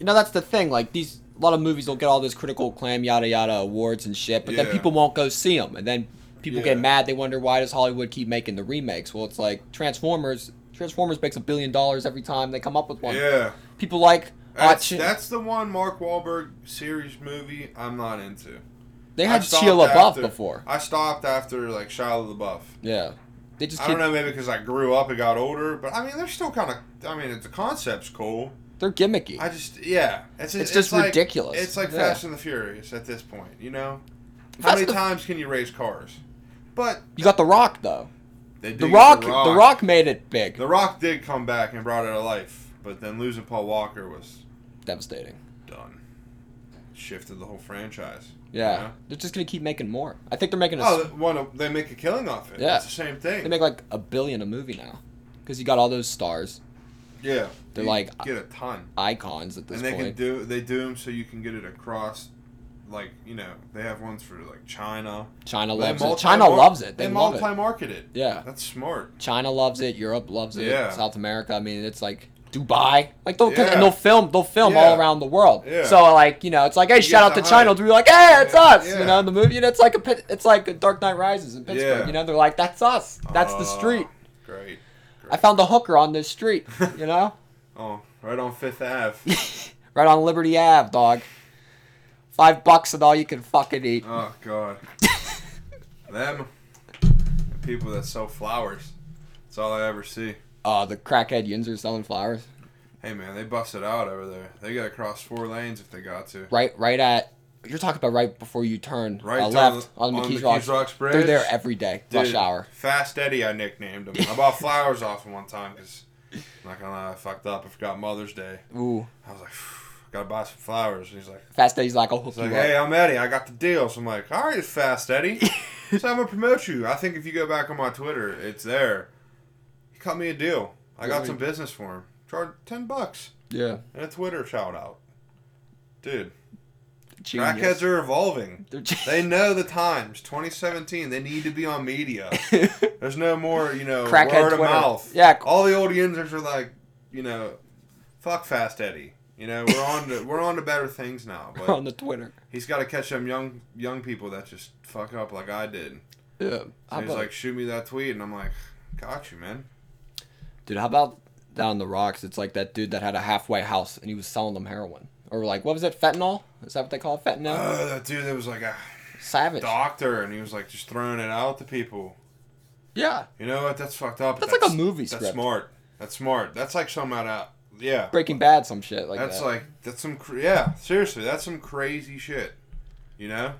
Speaker 1: you know that's the thing. Like these, a lot of movies will get all this critical acclaim, yada yada, awards and shit, but
Speaker 2: Yeah.
Speaker 1: then people won't go see them, and then people get
Speaker 2: Yeah.
Speaker 1: mad. They wonder why does Hollywood keep making the remakes? Well, it's like Transformers. Transformers makes a billion dollars every time they come up with one.
Speaker 2: yeah.
Speaker 1: People like.
Speaker 2: That's,
Speaker 1: Achi-
Speaker 2: that's the one Mark Wahlberg series movie I'm not into.
Speaker 1: they
Speaker 2: I
Speaker 1: had
Speaker 2: stopped
Speaker 1: Sheila LaBeouf
Speaker 2: after-
Speaker 1: before.
Speaker 2: I stopped after like Shia LaBeouf.
Speaker 1: Yeah, they just
Speaker 2: I
Speaker 1: keep,
Speaker 2: don't know, maybe because I grew up and got older, but I mean, they're still kind of. I mean, the concept's cool.
Speaker 1: they're gimmicky.
Speaker 2: I just, yeah, it's
Speaker 1: It's just
Speaker 2: like-
Speaker 1: ridiculous.
Speaker 2: It's like
Speaker 1: Yeah.
Speaker 2: Fast and the Furious at this point, you know. How
Speaker 1: Fast
Speaker 2: many
Speaker 1: and the-
Speaker 2: times can you race cars? But
Speaker 1: you got The Rock though.
Speaker 2: they did
Speaker 1: The
Speaker 2: get
Speaker 1: Rock, The Rock made it big.
Speaker 2: The Rock did come back and brought it to life, but then losing Paul Walker was
Speaker 1: Devastating.
Speaker 2: done. Shifted the whole franchise.
Speaker 1: Yeah.
Speaker 2: Yeah.
Speaker 1: they're just gonna keep making more. I think they're making a.
Speaker 2: Oh, one of- they make a killing off it.
Speaker 1: Yeah.
Speaker 2: it's the same thing.
Speaker 1: They make like a billion a movie now, because you got all those stars,
Speaker 2: yeah,
Speaker 1: they're
Speaker 2: You
Speaker 1: like-
Speaker 2: get a ton,
Speaker 1: icons at this
Speaker 2: and they can
Speaker 1: point.
Speaker 2: do they do them so you can get it across. Like you know, they have ones for like China.
Speaker 1: China
Speaker 2: They
Speaker 1: loves it.
Speaker 2: multi-
Speaker 1: China loves it. They, love it.
Speaker 2: multi-market it.
Speaker 1: Yeah,
Speaker 2: That's smart.
Speaker 1: China loves it. Europe loves it.
Speaker 2: Yeah.
Speaker 1: South America. I mean, it's like Dubai. Like they'll 'cause
Speaker 2: Yeah.
Speaker 1: they'll film they'll film all
Speaker 2: Yeah.
Speaker 1: around the world.
Speaker 2: Yeah.
Speaker 1: So like you know it's like hey shout out
Speaker 2: get
Speaker 1: to
Speaker 2: the
Speaker 1: China.
Speaker 2: hype.
Speaker 1: They'll be like hey it's
Speaker 2: Yeah.
Speaker 1: us. You
Speaker 2: Yeah.
Speaker 1: know in the movie and it's like a pit- it's like a Dark Knight Rises in Pittsburgh.
Speaker 2: Yeah.
Speaker 1: You know they're like that's us. That's the
Speaker 2: Oh,
Speaker 1: street.
Speaker 2: Great.
Speaker 1: I found the hooker on this street. You know.
Speaker 2: Oh, right on Fifth Ave.
Speaker 1: Right on Liberty Ave, dog. Five bucks and all you can fucking eat.
Speaker 2: oh God. Them people that sell flowers. That's all I ever see.
Speaker 1: Uh, the crackhead yins are selling flowers.
Speaker 2: Hey man, they bust it out over there. They gotta cross four lanes if they got to.
Speaker 1: Right, right at. You're talking about right before you turn
Speaker 2: Right
Speaker 1: uh,
Speaker 2: down
Speaker 1: left
Speaker 2: the-
Speaker 1: on,
Speaker 2: on
Speaker 1: McKees
Speaker 2: McKees
Speaker 1: Rocks.
Speaker 2: Rocks Bridge.
Speaker 1: They're there every day, rush
Speaker 2: Dude,
Speaker 1: hour.
Speaker 2: Fast Eddie, I nicknamed him. I bought flowers off him one time because, not gonna lie, I fucked up. I forgot Mother's Day.
Speaker 1: Ooh,
Speaker 2: I was like, gotta buy some flowers. And he's like,
Speaker 1: Fast Eddie's like, oh, hook
Speaker 2: he's like,
Speaker 1: you
Speaker 2: hey,
Speaker 1: up.
Speaker 2: I'm Eddie. I got the deal. So I'm like, all right, Fast Eddie. so I'm gonna promote you. I think if you go back on my Twitter, it's there. He cut me a deal. I got
Speaker 1: Really?
Speaker 2: some business for him. Charged ten bucks
Speaker 1: Yeah,
Speaker 2: and a Twitter shout out. Dude,
Speaker 1: genius.
Speaker 2: crackheads are evolving.
Speaker 1: They're gen-
Speaker 2: They know the times. 2017. They need to be on media. There's no more, you know,
Speaker 1: Crackhead
Speaker 2: word of
Speaker 1: Twitter.
Speaker 2: mouth.
Speaker 1: Yeah.
Speaker 2: All the old Yinzers are like, you know, fuck Fast Eddie. You know, we're on to we're on to better things now. But
Speaker 1: on the Twitter.
Speaker 2: he's got to catch them young young people that just fuck up like I did.
Speaker 1: Yeah.
Speaker 2: So
Speaker 1: How
Speaker 2: he's
Speaker 1: about,
Speaker 2: like, shoot me that tweet, and I'm like, got you, man.
Speaker 1: dude, how about down the rocks? It's like that dude that had a halfway house and he was selling them heroin. Or like, what was it? Fentanyl? Is that what they call it? Fentanyl?
Speaker 2: Oh, that dude that was like a
Speaker 1: Savage.
Speaker 2: doctor, and he was like just throwing it out to people.
Speaker 1: Yeah.
Speaker 2: You know what? That's fucked up. but
Speaker 1: That's like a movie
Speaker 2: That's
Speaker 1: script.
Speaker 2: smart. That's smart. That's like some out of yeah.
Speaker 1: Breaking Bad, some shit like
Speaker 2: That's
Speaker 1: that.
Speaker 2: like that's some cr- yeah seriously that's some crazy shit, you know.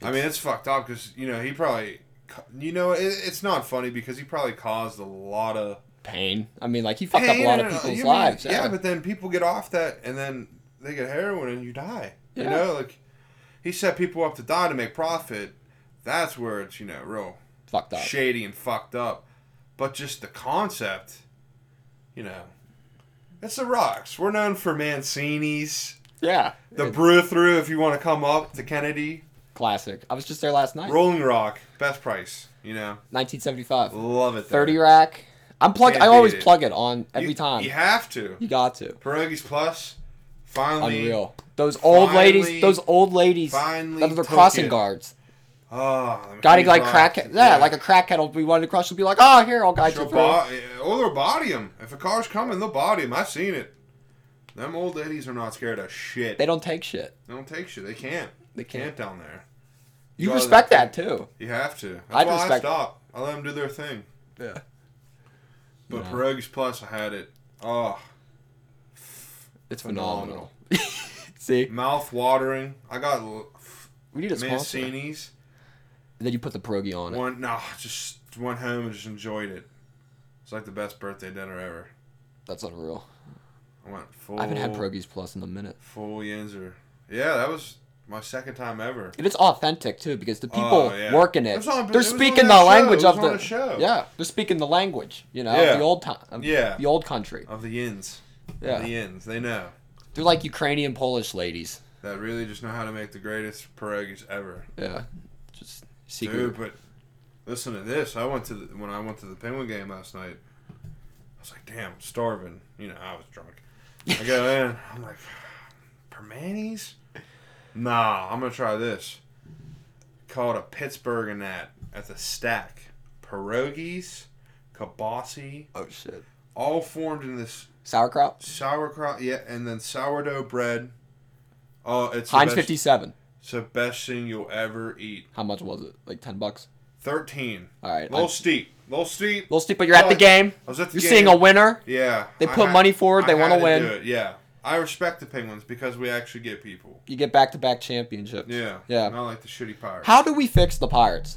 Speaker 2: I mean it's fucked up because you know he probably ca- you know it, it's not funny because he probably caused a lot of
Speaker 1: pain. I mean, like he fucked
Speaker 2: pain
Speaker 1: up a lot
Speaker 2: and-
Speaker 1: of
Speaker 2: you
Speaker 1: people's
Speaker 2: mean-
Speaker 1: lives.
Speaker 2: yeah. but then people get off that and then they get heroin and you die. You
Speaker 1: Yeah.
Speaker 2: know, like he set people up to die to make profit. That's where it's you know real
Speaker 1: fucked up.
Speaker 2: shady and fucked up. But just the concept, you know, it's the rocks. We're known for Mancini's.
Speaker 1: Yeah,
Speaker 2: The
Speaker 1: It-
Speaker 2: brew through, if you want to come up to Kennedy,
Speaker 1: classic. I was just there last night.
Speaker 2: Rolling Rock, best price. You know,
Speaker 1: 1975,
Speaker 2: love it. there.
Speaker 1: 30 rack. I'm plug.
Speaker 2: Can't
Speaker 1: I always
Speaker 2: beat it.
Speaker 1: plug it on every
Speaker 2: You-
Speaker 1: time.
Speaker 2: You
Speaker 1: You,
Speaker 2: have to.
Speaker 1: got to.
Speaker 2: Pierogies Plus, finally.
Speaker 1: Unreal. Those old
Speaker 2: finally-
Speaker 1: ladies. Those old ladies.
Speaker 2: finally
Speaker 1: Those are the
Speaker 2: took
Speaker 1: crossing
Speaker 2: it.
Speaker 1: guards.
Speaker 2: Oh, the
Speaker 1: Got to
Speaker 2: McKees
Speaker 1: like
Speaker 2: Rock.
Speaker 1: crack. Yeah, like a crackhead will be wanting to cross. She'll be like, oh, here, I'll guide
Speaker 2: She'll
Speaker 1: you through.
Speaker 2: bo- oh, they'll body him. If a car's coming, they'll body him. I've seen it. Them old ladies are not scared of shit.
Speaker 1: They
Speaker 2: They
Speaker 1: don't take shit.
Speaker 2: don't take shit. They can't.
Speaker 1: They
Speaker 2: Can't
Speaker 1: can't.
Speaker 2: down there.
Speaker 1: You
Speaker 2: Go
Speaker 1: respect
Speaker 2: there.
Speaker 1: that too.
Speaker 2: You have to. That's
Speaker 1: I'd
Speaker 2: why I
Speaker 1: respect-
Speaker 2: stop. I let them do their thing.
Speaker 1: Yeah.
Speaker 2: But
Speaker 1: Yeah.
Speaker 2: Pierogies Plus, I had it. Oh,
Speaker 1: It's phenomenal.
Speaker 2: Phenomenal.
Speaker 1: See,
Speaker 2: mouth watering. I got l-
Speaker 1: we need a sponsor.
Speaker 2: Mancini's.
Speaker 1: Then you put the pierogi on it.
Speaker 2: One, no, just went home and just enjoyed it. It's like the best birthday dinner ever.
Speaker 1: That's unreal.
Speaker 2: I went full.
Speaker 1: I haven't had pierogies plus in a minute.
Speaker 2: Full Yinzer. Yeah, that was my second time ever.
Speaker 1: And it's authentic too, because the people
Speaker 2: Oh, yeah.
Speaker 1: working
Speaker 2: It
Speaker 1: it,
Speaker 2: was on- it
Speaker 1: they're
Speaker 2: was on
Speaker 1: speaking
Speaker 2: that
Speaker 1: the
Speaker 2: show.
Speaker 1: language
Speaker 2: It was
Speaker 1: of
Speaker 2: on
Speaker 1: the
Speaker 2: the show.
Speaker 1: Yeah, they're speaking the language, you know,
Speaker 2: Yeah.
Speaker 1: of the old time,
Speaker 2: Yeah.
Speaker 1: the old country.
Speaker 2: Of the Yins.
Speaker 1: Yeah,
Speaker 2: The Yins. They know.
Speaker 1: they're like Ukrainian Polish ladies.
Speaker 2: That really just know how to make the greatest pierogies ever.
Speaker 1: Yeah, just secret.
Speaker 2: Dude, but listen to this. I went to the, when I went to the Penguin game last night. I was like, damn, I'm starving. You know, I was drunk. I go in. I'm like, permanis? Nah, I'm gonna try this. Called a Pittsburgh and that at the stack. Pierogies, kibasi,
Speaker 1: Oh shit,
Speaker 2: all formed in this
Speaker 1: sauerkraut.
Speaker 2: sauerkraut. Yeah, and then sourdough bread. Oh, it's
Speaker 1: Heinz
Speaker 2: the best,
Speaker 1: fifty-seven.
Speaker 2: it's the best thing you'll ever eat.
Speaker 1: How much was it? Like ten bucks.
Speaker 2: Thirteen.
Speaker 1: All right,
Speaker 2: Little
Speaker 1: I'm-
Speaker 2: steep. Little steep.
Speaker 1: little steep, but you're at the
Speaker 2: Well,
Speaker 1: game.
Speaker 2: Oh, I was at the
Speaker 1: You're
Speaker 2: game.
Speaker 1: seeing a winner.
Speaker 2: Yeah.
Speaker 1: They
Speaker 2: I
Speaker 1: put
Speaker 2: had-
Speaker 1: money forward, they
Speaker 2: I
Speaker 1: wanna
Speaker 2: had
Speaker 1: win.
Speaker 2: do it, Yeah. I respect the Penguins because we actually get people.
Speaker 1: You get back-to-back championships.
Speaker 2: Yeah.
Speaker 1: yeah.
Speaker 2: Not like the shitty Pirates.
Speaker 1: How do we fix the Pirates?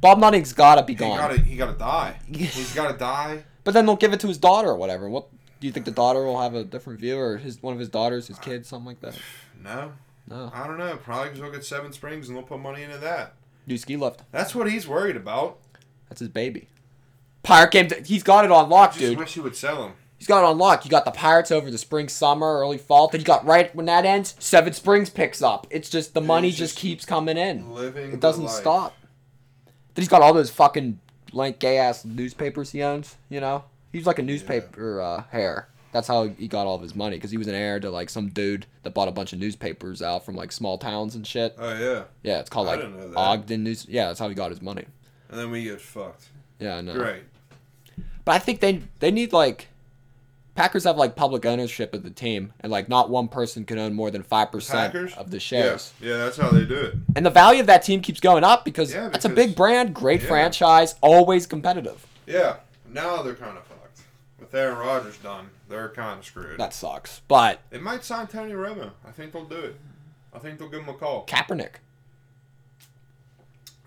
Speaker 1: Bob Nutting's gotta be
Speaker 2: he
Speaker 1: gone,
Speaker 2: gotta he gotta die. He's gotta die.
Speaker 1: but then they'll give it to his daughter or whatever. What do you think the daughter will have a different view, or his one of his daughters, his kids, something like that?
Speaker 2: No.
Speaker 1: No.
Speaker 2: I don't know. Probably because we'll get Seven Springs and they'll put money into that.
Speaker 1: Dusky left.
Speaker 2: That's what he's worried about.
Speaker 1: That's his baby. Pirate game. He's got it on lock,
Speaker 2: I just
Speaker 1: dude.
Speaker 2: wish he would sell him.
Speaker 1: He's got it on lock. You got the Pirates over the spring, summer, early fall. Then you got right when that ends, Seven Springs picks up. It's just the money
Speaker 2: It's
Speaker 1: just,
Speaker 2: just
Speaker 1: keeps coming in.
Speaker 2: Living.
Speaker 1: It doesn't
Speaker 2: the life.
Speaker 1: stop. Then he's got all those fucking blank gay ass newspapers he owns. You know, He was like a newspaper uh, hare. That's how he got all of his money because he was an heir to like some dude that bought a bunch of newspapers out from like small towns and shit.
Speaker 2: Oh yeah.
Speaker 1: Yeah, it's called
Speaker 2: I
Speaker 1: like
Speaker 2: didn't know that.
Speaker 1: Ogden News. Yeah, that's how he got his money.
Speaker 2: And then we get fucked.
Speaker 1: Yeah, I know.
Speaker 2: Great.
Speaker 1: But I think they they need like Packers have like public ownership of the team, and like not one person can own more than five percent
Speaker 2: Packers?
Speaker 1: of the shares.
Speaker 2: Yes. Yeah. yeah, that's how they do it.
Speaker 1: And the value of that team keeps going up because,
Speaker 2: Yeah,
Speaker 1: that's a
Speaker 2: because-
Speaker 1: big brand, great
Speaker 2: yeah.
Speaker 1: franchise, always competitive.
Speaker 2: Yeah. Now they're kind of fucked. With Aaron Rodgers done, they're kind of screwed.
Speaker 1: That sucks. But
Speaker 2: They might sign Tony Romo. I think they'll do it. I think they'll give him a call.
Speaker 1: Kaepernick,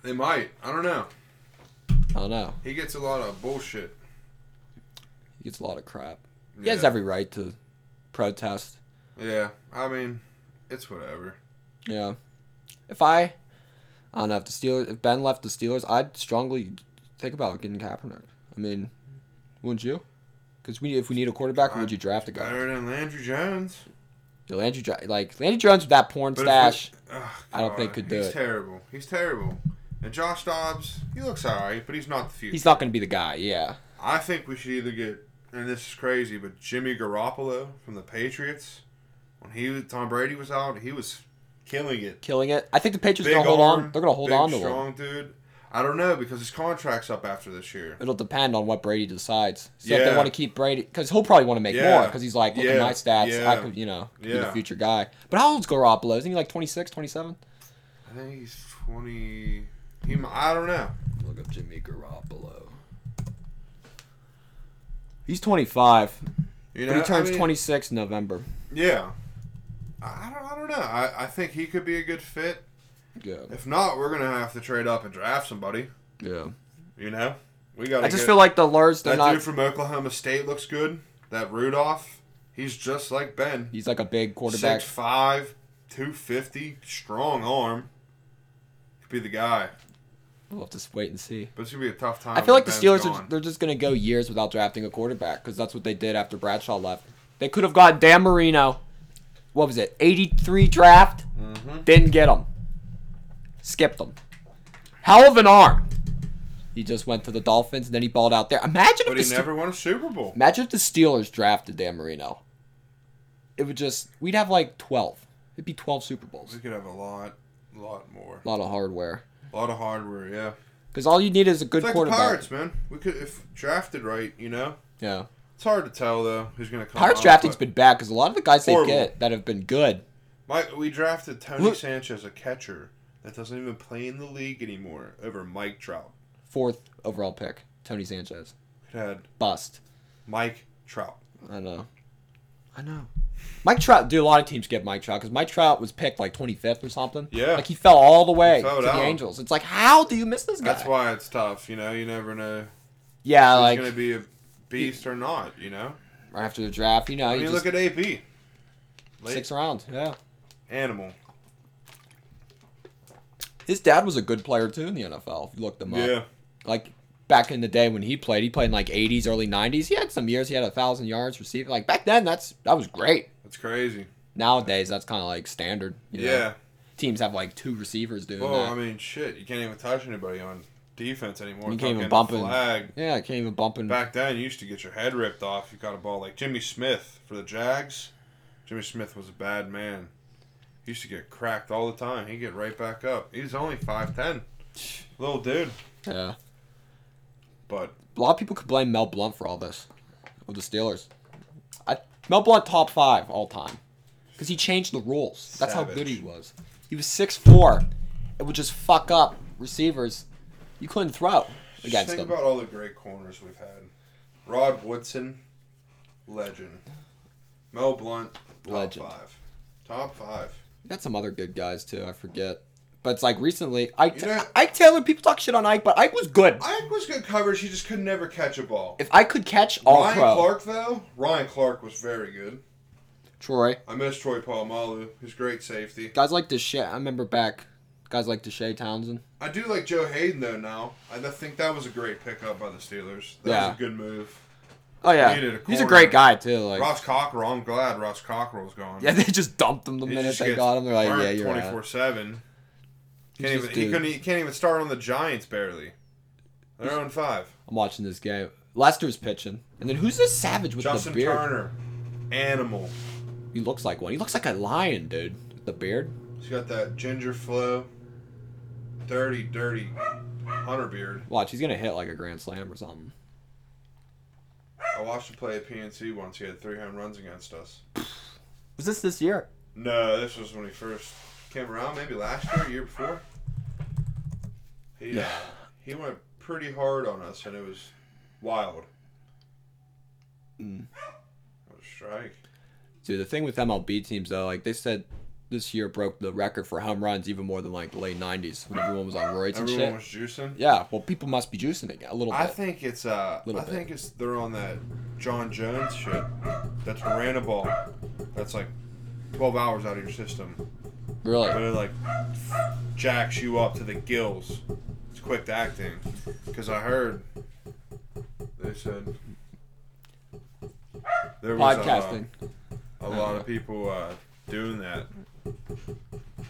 Speaker 2: They might. I don't know.
Speaker 1: I don't know.
Speaker 2: He gets a lot of bullshit.
Speaker 1: He gets a lot of crap. He
Speaker 2: Yeah.
Speaker 1: has every right to protest.
Speaker 2: Yeah. I mean, it's whatever.
Speaker 1: Yeah. If I, I don't know, if the Steelers, if Ben left the Steelers, I'd strongly think about getting Kaepernick. I mean, wouldn't you? Because we, if we need a quarterback, would you draft a guy?
Speaker 2: Better than Landry Jones.
Speaker 1: Yeah, Landry, Jo- like Landry Jones with that porn
Speaker 2: But if
Speaker 1: stash.
Speaker 2: we- Ugh,
Speaker 1: I don't think
Speaker 2: God,
Speaker 1: could do
Speaker 2: he's
Speaker 1: it.
Speaker 2: terrible. He's terrible. And Josh Dobbs, he looks alright, but he's not the future.
Speaker 1: He's not going to be the guy. Yeah.
Speaker 2: I think we should either get, and this is crazy, but Jimmy Garoppolo from the Patriots, when he was, Tom Brady was out, he was killing it.
Speaker 1: Killing it. I think the Patriots are
Speaker 2: Big
Speaker 1: going to hold
Speaker 2: arm,
Speaker 1: on. They're going to hold
Speaker 2: big,
Speaker 1: on to him.
Speaker 2: strong dude. I don't know because his contract's up after this year.
Speaker 1: It'll depend on what Brady decides. So if they
Speaker 2: Yeah.
Speaker 1: want to keep Brady, because he'll probably want to make more 'cause
Speaker 2: Yeah.
Speaker 1: more, because he's like, look at
Speaker 2: Yeah.
Speaker 1: my stats. I
Speaker 2: Yeah.
Speaker 1: could, you know, could be the
Speaker 2: Yeah.
Speaker 1: future guy. But how old's Garoppolo? Isn't he like 26, 27?
Speaker 2: I think he's twenty. He, mi- I don't know.
Speaker 1: Look up Jimmy Garoppolo. He's 25,
Speaker 2: You know,
Speaker 1: but he turns
Speaker 2: I mean,
Speaker 1: 26 in November.
Speaker 2: Yeah, I I don't. I don't know. I, I think he could be a good fit.
Speaker 1: Yeah,
Speaker 2: If not, we're gonna have to trade up and draft somebody.
Speaker 1: yeah.
Speaker 2: You know, we got.
Speaker 1: I just feel like the Lurs, they're
Speaker 2: that
Speaker 1: not.
Speaker 2: dude from Oklahoma State looks good. That Rudolph, he's just like Ben.
Speaker 1: he's like a big quarterback.
Speaker 2: Six five, two fifty, strong arm. Could be the guy,
Speaker 1: We'll have to wait and see.
Speaker 2: but it's gonna be a tough time.
Speaker 1: I feel
Speaker 2: when
Speaker 1: like the
Speaker 2: Ben's
Speaker 1: Steelers
Speaker 2: gone.
Speaker 1: are they're just gonna go years without drafting a quarterback because that's what they did after Bradshaw left. They could have got Dan Marino. What was it? 83 draft.
Speaker 2: Mm-hmm.
Speaker 1: Didn't get him. Skipped him. Hell of an arm. He just went to the Dolphins and then he balled out there. Imagine if
Speaker 2: But he
Speaker 1: the Ste-
Speaker 2: never won a Super Bowl.
Speaker 1: imagine if the Steelers drafted Dan Marino. It would just we'd have like 12. It'd be 12 Super Bowls.
Speaker 2: We could have a lot, lot more,
Speaker 1: A lot of hardware.
Speaker 2: a lot of hardware. Yeah,
Speaker 1: Because all you need is a good
Speaker 2: it's like the
Speaker 1: quarterback.
Speaker 2: Pirates, man. We could, if drafted right, you know.
Speaker 1: Yeah.
Speaker 2: It's hard to tell though who's gonna come.
Speaker 1: Pirates
Speaker 2: out,
Speaker 1: drafting's
Speaker 2: Oh, but-
Speaker 1: been bad because a lot of the guys
Speaker 2: Horrible.
Speaker 1: they get that have been good
Speaker 2: Mike, we drafted Tony
Speaker 1: Look-
Speaker 2: Sanchez, a catcher that doesn't even play in the league anymore, over Mike Trout.
Speaker 1: fourth overall pick, Tony Sanchez.
Speaker 2: Could had
Speaker 1: Bust.
Speaker 2: Mike Trout.
Speaker 1: I know. I know. Mike Trout, dude, a lot of teams get Mike Trout because Mike Trout was picked like 25th or something.
Speaker 2: Yeah.
Speaker 1: Like he fell all the way
Speaker 2: fell
Speaker 1: to the
Speaker 2: down.
Speaker 1: Angels. It's like, how do you miss this guy?
Speaker 2: That's why it's tough. You know, you never know
Speaker 1: Yeah,
Speaker 2: who's
Speaker 1: like
Speaker 2: gonna be a beast or not. You know,
Speaker 1: right after the draft, you know,
Speaker 2: I
Speaker 1: you
Speaker 2: mean,
Speaker 1: just
Speaker 2: look at AB, late
Speaker 1: six rounds. Yeah.
Speaker 2: animal.
Speaker 1: His dad was a good player too in the NFL. If you looked him up.
Speaker 2: Yeah,
Speaker 1: like back in the day when he played, he played in like 80s, early 90s. He had some years. He had a thousand yards receiving. Like back then, that's that was great.
Speaker 2: that's crazy.
Speaker 1: Nowadays, that's kind of like standard. you know?
Speaker 2: Yeah.
Speaker 1: teams have like two receivers doing
Speaker 2: Well,
Speaker 1: that.
Speaker 2: I mean, shit, you can't even touch anybody on defense anymore.
Speaker 1: You can't even
Speaker 2: Fucking
Speaker 1: bump Mm. it.
Speaker 2: flag.
Speaker 1: yeah, I can't even bump in.
Speaker 2: Back then, you used to get your head ripped off. if You got a ball like Jimmy Smith for the Jags. Jimmy Smith was a bad man. He used to get cracked all the time. He'd get right back up. He was only 5'10. Little dude.
Speaker 1: Yeah.
Speaker 2: But
Speaker 1: A lot of people could blame Mel Blunt for all this with the Steelers. I, Mel Blunt top five all time because he changed the rules. That's how
Speaker 2: Savage.
Speaker 1: good he was. He was six four. It would just fuck up receivers. You couldn't throw
Speaker 2: just
Speaker 1: against
Speaker 2: think
Speaker 1: him.
Speaker 2: about all the great corners we've had. Rod Woodson, legend. Mel Blunt, top
Speaker 1: Legend.
Speaker 2: five. Top five.
Speaker 1: We got some other good guys too. I forget. But it's like recently, Ike,
Speaker 2: You know-
Speaker 1: Ike Taylor. People talk shit on Ike, but Ike was good.
Speaker 2: Ike was good coverage. He just could never catch a ball.
Speaker 1: If I could catch, all
Speaker 2: Ryan
Speaker 1: pro.
Speaker 2: Clark, though, Ryan Clark was very good.
Speaker 1: Troy.
Speaker 2: I miss Troy Polamalu. He's great safety.
Speaker 1: Guys like Deshae. I remember back. Guys like Deshae Townsend.
Speaker 2: I do like Joe Hayden though. Now I th- think that was a great pickup by the Steelers. That
Speaker 1: Yeah.
Speaker 2: was a good move.
Speaker 1: Oh yeah,
Speaker 2: Needed a
Speaker 1: he's a
Speaker 2: corner.
Speaker 1: great guy too. Like
Speaker 2: Ross Cockrell. I'm glad Ross Cockrell's gone.
Speaker 1: yeah, they just dumped him the
Speaker 2: He
Speaker 1: minute
Speaker 2: just
Speaker 1: they
Speaker 2: gets
Speaker 1: got him. They're like,
Speaker 2: burnt
Speaker 1: yeah, you're out.
Speaker 2: 24/7.
Speaker 1: He's
Speaker 2: Can't even
Speaker 1: just
Speaker 2: he
Speaker 1: dude.
Speaker 2: couldn't he can't even start on the Giants barely. They're on five.
Speaker 1: I'm watching this game. Lester's pitching. And then who's this savage with
Speaker 2: Justin
Speaker 1: the beard?
Speaker 2: Turner, animal.
Speaker 1: He looks like one. He looks like a lion, dude. With the beard.
Speaker 2: He's got that ginger flow, dirty, dirty hunter beard.
Speaker 1: Watch, he's gonna hit like a grand slam or something.
Speaker 2: I watched him play at PNC once. He had three home runs against us.
Speaker 1: Was this this year?
Speaker 2: No, this was when he first came around. Maybe last year, year before. He uh, he went pretty hard on us, and it was wild.
Speaker 1: Mm.
Speaker 2: What a strike!
Speaker 1: Dude, the thing with MLB teams though, like they said, this year broke the record for home runs even more than like the late '90s when everyone was on roids and shit.
Speaker 2: Everyone was juicing.
Speaker 1: Yeah, well, people must be juicing again a little bit.
Speaker 2: I think it's uh,
Speaker 1: Little
Speaker 2: I
Speaker 1: bit.
Speaker 2: think it's they're on that John Jones shit. That's ball. That's like twelve hours out of your system. But
Speaker 1: really?
Speaker 2: it like jacks you up to the gills. It's quick acting. Because I heard they said there was uh,
Speaker 1: Podcasting.
Speaker 2: A, a lot of people uh, doing that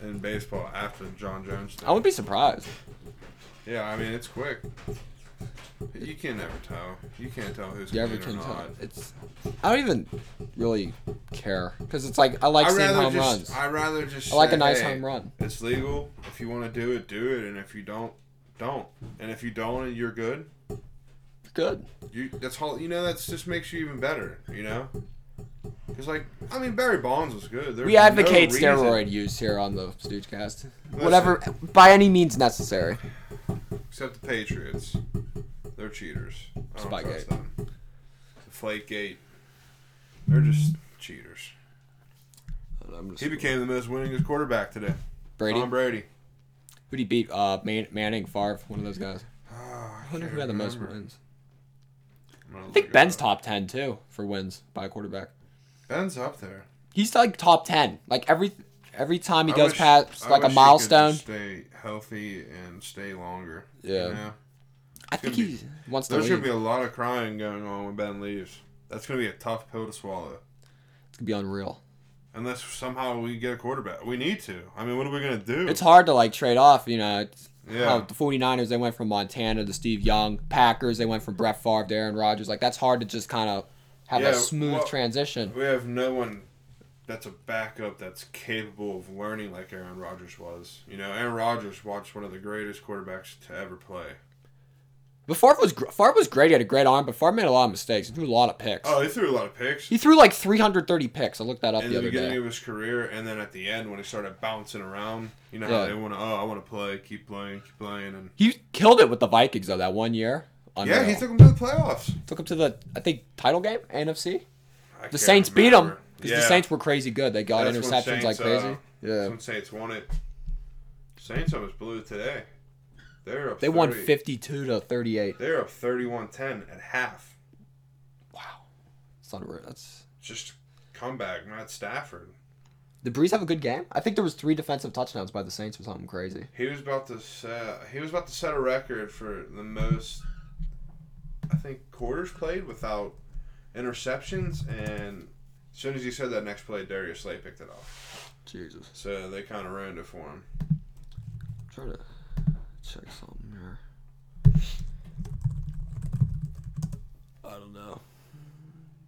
Speaker 2: in baseball after the John Jones.
Speaker 1: I
Speaker 2: Thing.
Speaker 1: wouldn't be surprised.
Speaker 2: Yeah, I mean it's quick. You can never tell. You can't tell who's
Speaker 1: You
Speaker 2: yeah,
Speaker 1: ever
Speaker 2: clean or
Speaker 1: can tell.
Speaker 2: not.
Speaker 1: It's. I don't even really care because it's like I like
Speaker 2: I'd
Speaker 1: seeing
Speaker 2: rather
Speaker 1: home
Speaker 2: just,
Speaker 1: runs. I,
Speaker 2: I'd rather just.
Speaker 1: like
Speaker 2: say,
Speaker 1: a nice
Speaker 2: hey,
Speaker 1: home run.
Speaker 2: It's legal. If you want to do it, do it. And if you don't, don't. And if you don't, and you're good.
Speaker 1: Good.
Speaker 2: You that's all. You know that's just makes you even better. You know. Because like I mean Barry Bonds was good. There's
Speaker 1: We advocate
Speaker 2: no reason-
Speaker 1: steroid use here on the Stoochcast. Whatever, by any means necessary.
Speaker 2: Except the Patriots. They're cheaters. I don't
Speaker 1: Spygate.
Speaker 2: trust them. The Flake Gate. They're just cheaters.
Speaker 1: I'm just-
Speaker 2: He became the most winningest quarterback today.
Speaker 1: Brady.
Speaker 2: Tom Brady.
Speaker 1: Who'd he beat? Uh, Man- Manning, Favre, one of those guys.
Speaker 2: Oh, I
Speaker 1: I wonder who
Speaker 2: can't
Speaker 1: had the most
Speaker 2: remember.
Speaker 1: wins.
Speaker 2: I'm gonna
Speaker 1: Ah, I
Speaker 2: look
Speaker 1: think
Speaker 2: it
Speaker 1: Ben's
Speaker 2: up.
Speaker 1: top ten too for wins by a quarterback.
Speaker 2: Ben's up there.
Speaker 1: He's like top ten. Like every every time he
Speaker 2: I
Speaker 1: goes
Speaker 2: wish-
Speaker 1: past
Speaker 2: I
Speaker 1: like
Speaker 2: wish
Speaker 1: a
Speaker 2: he could
Speaker 1: milestone,
Speaker 2: just stay healthy and stay longer.
Speaker 1: Yeah.
Speaker 2: You know?
Speaker 1: I think
Speaker 2: gonna be-
Speaker 1: he wants to
Speaker 2: There's
Speaker 1: leave.
Speaker 2: gonna be a lot of crying going on when Ben leaves. That's gonna be a tough pill to swallow.
Speaker 1: it's gonna be unreal.
Speaker 2: Unless somehow we get a quarterback. We need to. I mean, what are we gonna do?
Speaker 1: It's hard to like trade off. You know, it's,
Speaker 2: Yeah.
Speaker 1: oh, the 49ers they went from Montana to Steve Young. Packers they went from Brett Favre to Aaron Rodgers. Like that's hard to just kind of have
Speaker 2: Yeah,
Speaker 1: a smooth
Speaker 2: well-
Speaker 1: transition.
Speaker 2: we have no one that's a backup that's capable of learning like Aaron Rodgers was. You know, Aaron Rodgers watched one of the greatest quarterbacks to ever play.
Speaker 1: But Favre was gr- Favre was great. He had a great arm, but Favre made a lot of mistakes. He threw a lot of picks.
Speaker 2: Oh, he threw a lot of picks.
Speaker 1: He threw like 330 picks. I looked that up
Speaker 2: in
Speaker 1: the
Speaker 2: the
Speaker 1: other
Speaker 2: beginning
Speaker 1: day.
Speaker 2: of his career, and then at the end when he started bouncing around, you know how
Speaker 1: Yeah.
Speaker 2: they want to, oh, I want to play, keep playing, keep playing, and
Speaker 1: He killed it with the Vikings though that one year.
Speaker 2: yeah, he
Speaker 1: Unreal.
Speaker 2: took him to the playoffs.
Speaker 1: took him to the I think title game NFC.
Speaker 2: I
Speaker 1: The
Speaker 2: can't
Speaker 1: Saints beat him
Speaker 2: remember.
Speaker 1: because
Speaker 2: Yeah.
Speaker 1: the Saints were crazy good. They got
Speaker 2: That's when
Speaker 1: interceptions
Speaker 2: Saints,
Speaker 1: like crazy.
Speaker 2: uh,
Speaker 1: yeah,
Speaker 2: that's when Saints won it. Saints almost blew it today. They're up.
Speaker 1: they won
Speaker 2: 30
Speaker 1: 52 to 38.
Speaker 2: They're up 31-10 at half.
Speaker 1: Wow, that's not real. That's
Speaker 2: Just comeback, Matt Stafford.
Speaker 1: did Breeze have a good game? I think there was three defensive touchdowns by the Saints or something crazy.
Speaker 2: He was about to set, he was about to set a record for the most I think quarters played without interceptions and as soon as he said that next play Darius Slay picked it off.
Speaker 1: Jesus,
Speaker 2: So they kind of ruined it for him.
Speaker 1: I'm trying to check something here. I don't know.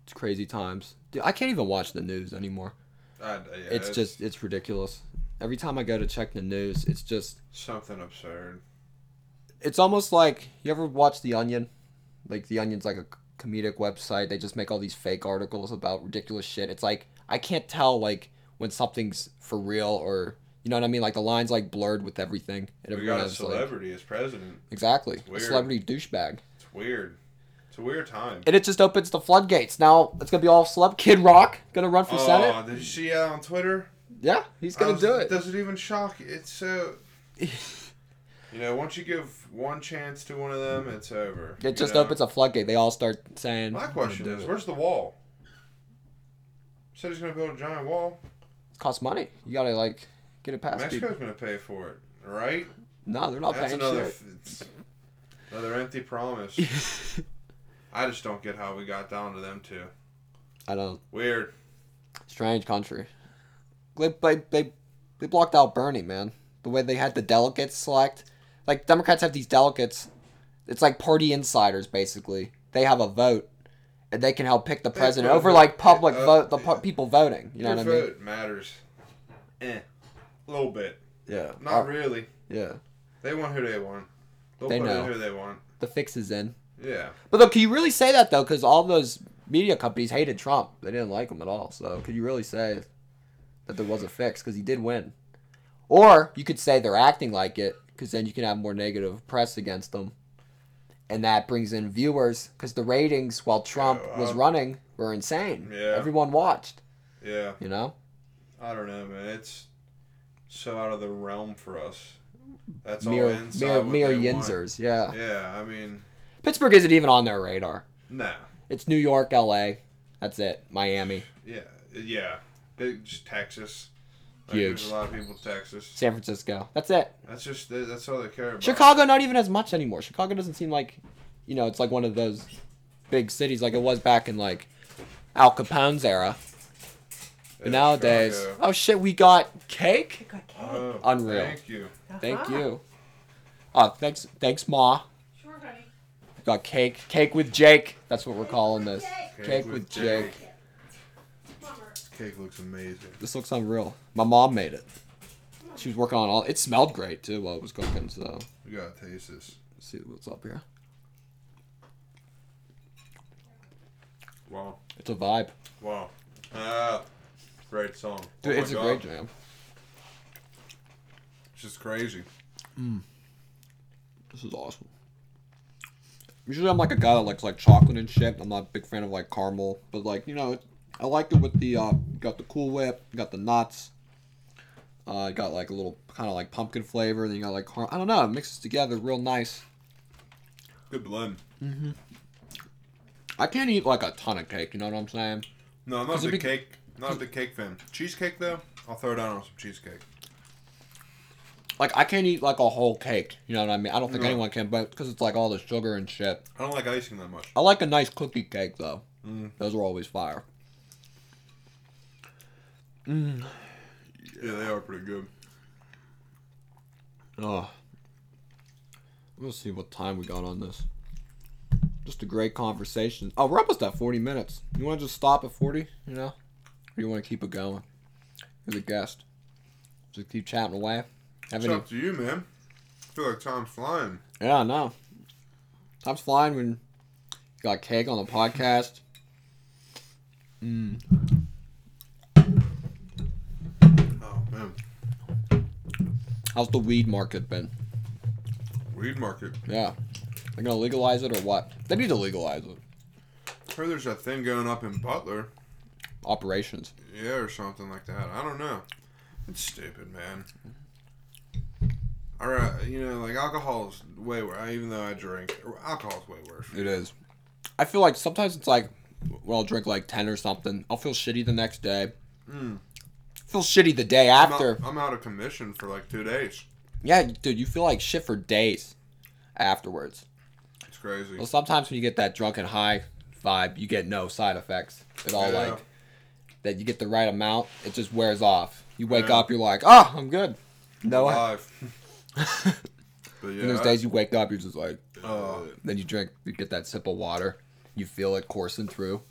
Speaker 1: It's crazy times. Dude, I can't even watch the news anymore.
Speaker 2: I, yeah,
Speaker 1: it's just it's ridiculous. Every time I go to check the news, it's just
Speaker 2: something absurd.
Speaker 1: it's almost like you ever watch The Onion? Like The Onion's like a comedic website. They just make all these fake articles about ridiculous shit. It's like I can't tell like when something's for real or you know what I mean? Like the lines like blurred with everything. And
Speaker 2: We
Speaker 1: everyone
Speaker 2: got a
Speaker 1: has like
Speaker 2: celebrity as president.
Speaker 1: exactly a
Speaker 2: Weird.
Speaker 1: celebrity douchebag.
Speaker 2: It's weird. It's a weird time.
Speaker 1: And it just opens the floodgates. Now it's gonna be all celeb. Kid Rock gonna run for
Speaker 2: Oh,
Speaker 1: senate.
Speaker 2: did you see that on Twitter?
Speaker 1: Yeah, he's
Speaker 2: I
Speaker 1: gonna
Speaker 2: was-
Speaker 1: do it.
Speaker 2: Does it even shock you? It's so. you know, once you give one chance to one of them, it's over. you
Speaker 1: It just
Speaker 2: know?
Speaker 1: opens a floodgate. They all start saying.
Speaker 2: My
Speaker 1: "I'm gonna
Speaker 2: question
Speaker 1: do
Speaker 2: is,
Speaker 1: it."
Speaker 2: where's the wall? Said he's gonna build a giant wall.
Speaker 1: costs money. You gotta like get it past people.
Speaker 2: Mexico's gonna pay for it, right?
Speaker 1: No, they're not
Speaker 2: That's
Speaker 1: paying
Speaker 2: another
Speaker 1: shit.
Speaker 2: f- it's another empty promise. I just don't get how we got down to them two.
Speaker 1: I don't.
Speaker 2: Weird.
Speaker 1: Strange country. They they they, they blocked out Bernie, man. The way they had the delegates select, like Democrats have these delegates. It's like party insiders basically they have a vote, and they can help pick the
Speaker 2: They
Speaker 1: president
Speaker 2: vote.
Speaker 1: over like public
Speaker 2: Uh,
Speaker 1: vote, the pu-
Speaker 2: yeah.
Speaker 1: people voting. You know
Speaker 2: Your
Speaker 1: what I mean?
Speaker 2: vote matters. Eh. A little bit.
Speaker 1: Yeah.
Speaker 2: Not
Speaker 1: Uh,
Speaker 2: really.
Speaker 1: yeah.
Speaker 2: They want who they want. They'll
Speaker 1: They
Speaker 2: put
Speaker 1: know.
Speaker 2: in who they want.
Speaker 1: The fix is in.
Speaker 2: Yeah.
Speaker 1: But though, can you really say that though? Because all those media companies hated Trump; they didn't like him at all. So, could you really say that there was a fix? Because he did win. Or you could say they're acting like it, because then you can have more negative press against them, and that brings in viewers. Because the ratings while Trump
Speaker 2: Yeah,
Speaker 1: was
Speaker 2: uh,
Speaker 1: running were insane.
Speaker 2: yeah.
Speaker 1: Everyone watched.
Speaker 2: Yeah.
Speaker 1: You know.
Speaker 2: I don't know, man. It's so out of the realm for us. That's all
Speaker 1: mere
Speaker 2: inside
Speaker 1: mere
Speaker 2: what
Speaker 1: mere
Speaker 2: they want.
Speaker 1: yinzers. Yeah.
Speaker 2: Yeah, I mean,
Speaker 1: Pittsburgh isn't even on their radar.
Speaker 2: no.
Speaker 1: It's New York, L.A. That's it. Miami,
Speaker 2: Yeah, yeah. Big just Texas. Like, There's
Speaker 1: Huge.
Speaker 2: a lot of people in Texas.
Speaker 1: San Francisco. That's it.
Speaker 2: That's just that's all they care about.
Speaker 1: Chicago not even as much anymore. Chicago doesn't seem like, you know, it's like one of those big cities like it was back in like Al Capone's era. But
Speaker 2: Yeah,
Speaker 1: nowadays,
Speaker 2: Chicago.
Speaker 1: oh shit, we got cake.
Speaker 2: Oh,
Speaker 1: Unreal.
Speaker 2: Thank you.
Speaker 1: Thank you. Oh, thanks, thanks, Ma.
Speaker 3: Sure, honey.
Speaker 1: We got cake, cake with Jake. That's what we're calling this. Cake, with, Jake.
Speaker 3: Bummer.
Speaker 2: Cake looks amazing.
Speaker 1: This looks unreal. My mom made it. She was working on all. It smelled great too while it was cooking. So let's
Speaker 2: We gotta taste this.
Speaker 1: see what's up here.
Speaker 2: Wow.
Speaker 1: It's a vibe.
Speaker 2: Wow. Ah, great song.
Speaker 1: Dude,
Speaker 2: Oh my
Speaker 1: it's a
Speaker 2: God.
Speaker 1: great jam.
Speaker 2: It's just crazy.
Speaker 1: This is awesome. Usually I'm like a guy that likes like chocolate and shit. I'm not a big fan of like caramel, but like you know, it, I like it with the uh, you got the Cool Whip, you got the nuts, uh, you got like a little kind of like pumpkin flavor, then you got like car- I don't know, it mixes together real nice.
Speaker 2: Good blend.
Speaker 1: I can't eat like a ton of cake, you know what I'm saying?
Speaker 2: No, I'm not
Speaker 1: Cause
Speaker 2: a
Speaker 1: it
Speaker 2: big
Speaker 1: be-
Speaker 2: cake. Not a big cake fan. Cheesecake though, I'll throw down on some cheesecake.
Speaker 1: Like I can't eat like a whole cake, you know what I mean? I don't think
Speaker 2: No.
Speaker 1: anyone can, but because it's like all the sugar and shit.
Speaker 2: I don't like icing that much.
Speaker 1: I like a nice cookie cake though.
Speaker 2: Mm.
Speaker 1: Those are always fire.
Speaker 2: Yeah, they are pretty good.
Speaker 1: Oh. Let's see what time we got on this. Just a great conversation. Oh, we're almost at 40 minutes. You want to just stop at 40, you know? Or you want to keep it going? You're the guest. Just keep chatting away. Have
Speaker 2: It's
Speaker 1: any...
Speaker 2: up to you, man. I feel like time's flying.
Speaker 1: Yeah, no. Time's flying when you got cake on the podcast.
Speaker 2: Oh man,
Speaker 1: How's the weed market been?
Speaker 2: weed market.
Speaker 1: Yeah. They're going to legalize it or what? They need to legalize it.
Speaker 2: heard there's that thing going up in Butler.
Speaker 1: Operations.
Speaker 2: Yeah, or something like that. I don't know. It's stupid, man. All right, you know, like alcohol is way worse. Even though I drink, alcohol is way worse.
Speaker 1: It is. I feel like sometimes it's like when I'll drink like ten or something, I'll feel shitty the next day.
Speaker 2: Mm.
Speaker 1: Feel shitty the day
Speaker 2: I'm out-
Speaker 1: after.
Speaker 2: I'm out, of commission for like two days.
Speaker 1: Yeah, dude, you feel like shit for days afterwards.
Speaker 2: It's crazy.
Speaker 1: Well, sometimes when you get that drunken high vibe, you get no side effects at all.
Speaker 2: Yeah.
Speaker 1: Like that, you get the right amount. It just wears off. You wake
Speaker 2: Yeah.
Speaker 1: up, you're like, oh, I'm good. No, and
Speaker 2: Alive. but yeah,
Speaker 1: those days you wake up, you're just like.
Speaker 2: Oh.
Speaker 1: Then you drink, you get that sip of water, you feel it coursing through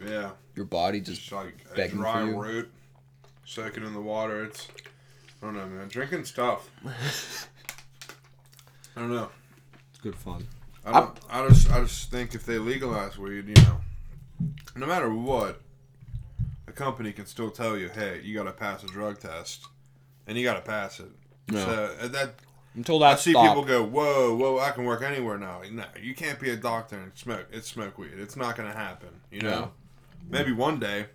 Speaker 2: yeah,
Speaker 1: your body. Just
Speaker 2: just like a
Speaker 1: Begging for
Speaker 2: dry
Speaker 1: you.
Speaker 2: root, soaking in the water. It's I don't know, man. Drinking stuff. I don't know.
Speaker 1: it's good fun.
Speaker 2: I, don't, I just I just think if they legalize weed, you know, no matter what, a company can still tell you, hey, you got to pass a drug test, and you got to pass it.
Speaker 1: No.
Speaker 2: So uh, that
Speaker 1: Until
Speaker 2: I
Speaker 1: that
Speaker 2: see
Speaker 1: stop.
Speaker 2: people go, whoa, whoa, I can work anywhere now. No, you can't be a doctor and smoke. It's smoke weed. It's not gonna happen. You know,
Speaker 1: No.
Speaker 2: maybe one day,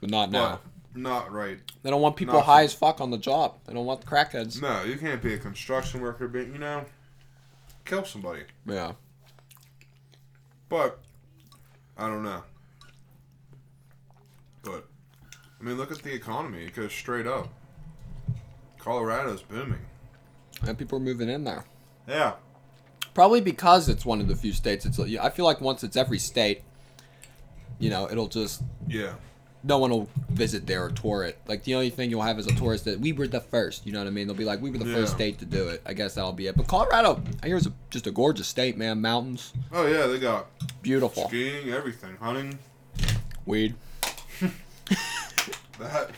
Speaker 1: But not now.
Speaker 2: but not right.
Speaker 1: They don't want people
Speaker 2: Nothing.
Speaker 1: high as fuck on the job. They don't want crackheads.
Speaker 2: No, you can't be a construction worker, but you know, kill somebody.
Speaker 1: Yeah.
Speaker 2: But I don't know. But I mean, look at the economy. It goes straight up. Colorado's booming.
Speaker 1: And people are moving in there.
Speaker 2: Yeah.
Speaker 1: Probably because it's one of the few states. It's. I feel like once it's every state, you know, it'll just
Speaker 2: Yeah.
Speaker 1: no one will visit there or tour it. Like the only thing you'll have is a tourist that we were the first. You know what I mean? They'll be like, we were the first
Speaker 2: Yeah.
Speaker 1: state to do it. I guess that'll be it. But Colorado, I hear it's a, just a gorgeous state, man. Mountains,
Speaker 2: Oh yeah, they got
Speaker 1: Beautiful.
Speaker 2: Skiing, everything, hunting,
Speaker 1: Weed.
Speaker 2: that.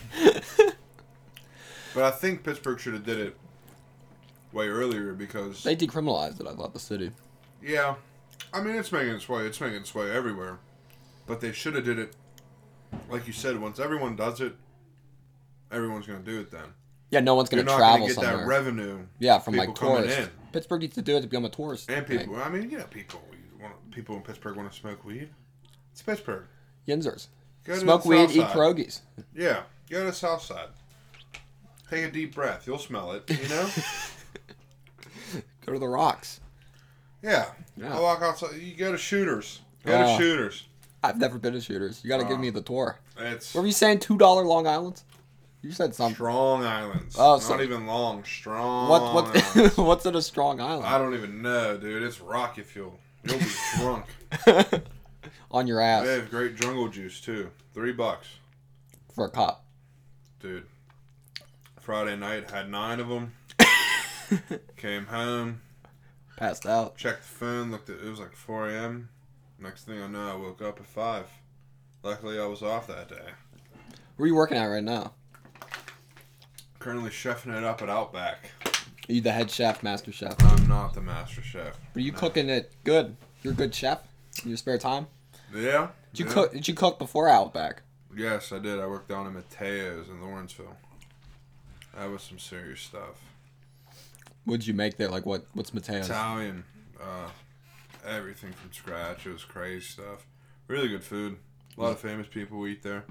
Speaker 2: but I think Pittsburgh should have did it way earlier because
Speaker 1: They decriminalized it, I thought, the city.
Speaker 2: yeah, I mean it's making its way. It's making its way everywhere, but they should have did it like you said. Once everyone does it, everyone's gonna do it. Then
Speaker 1: Yeah, no one's
Speaker 2: you're
Speaker 1: going to
Speaker 2: not
Speaker 1: travel
Speaker 2: gonna get
Speaker 1: somewhere.
Speaker 2: that revenue.
Speaker 1: yeah, from
Speaker 2: people
Speaker 1: like
Speaker 2: coming
Speaker 1: tourists.
Speaker 2: in.
Speaker 1: Pittsburgh needs to do it to become a tourist.
Speaker 2: And
Speaker 1: thing.
Speaker 2: people, I mean, yeah, people. you want- People in Pittsburgh want to smoke weed. It's Pittsburgh.
Speaker 1: Yinzers.
Speaker 2: Go to
Speaker 1: Smoke
Speaker 2: the
Speaker 1: weed,
Speaker 2: South
Speaker 1: eat
Speaker 2: Side.
Speaker 1: pierogies.
Speaker 2: Yeah, go to the South Side. Take a deep breath. You'll smell it. You know.
Speaker 1: Go to the rocks.
Speaker 2: yeah.
Speaker 1: Yeah. Uh,
Speaker 2: I walk outside. You go to Shooters. Go
Speaker 1: Yeah.
Speaker 2: to Shooters.
Speaker 1: I've never been to shooters. You got to give
Speaker 2: Ah.
Speaker 1: me the tour.
Speaker 2: It's
Speaker 1: What were you saying? $2 Long Islands? You said something.
Speaker 2: Strong Islands.
Speaker 1: Oh,
Speaker 2: not
Speaker 1: so-
Speaker 2: even long. Strong.
Speaker 1: What,
Speaker 2: Islands.
Speaker 1: what, what's in a strong
Speaker 2: I
Speaker 1: island?
Speaker 2: don't even know, dude. It's rocket fuel. You'll be drunk.
Speaker 1: On your
Speaker 2: They
Speaker 1: ass
Speaker 2: have great jungle juice too. Three bucks,
Speaker 1: for a cop.
Speaker 2: dude. Friday night had nine of them. Came home.
Speaker 1: Passed out.
Speaker 2: checked the phone, looked at it was like 4 a.m. Next thing I know, I woke up at 5. Luckily, I was off that day.
Speaker 1: Where are you working at right now?
Speaker 2: Currently chefing it up at Outback.
Speaker 1: Are you the head chef, master chef?
Speaker 2: I'm not the master chef.
Speaker 1: Are you cooking it good? You're a good chef in your spare time?
Speaker 2: Yeah?
Speaker 1: Did you
Speaker 2: yeah.
Speaker 1: cook did you cook before Outback?
Speaker 2: Yes, I did. I worked down at Mateo's in Lawrenceville. That was some serious stuff.
Speaker 1: What'd you make there? Like what what's Mateo's?
Speaker 2: Italian. Uh, everything from scratch. It was crazy stuff. Really good food. A lot of famous people eat there.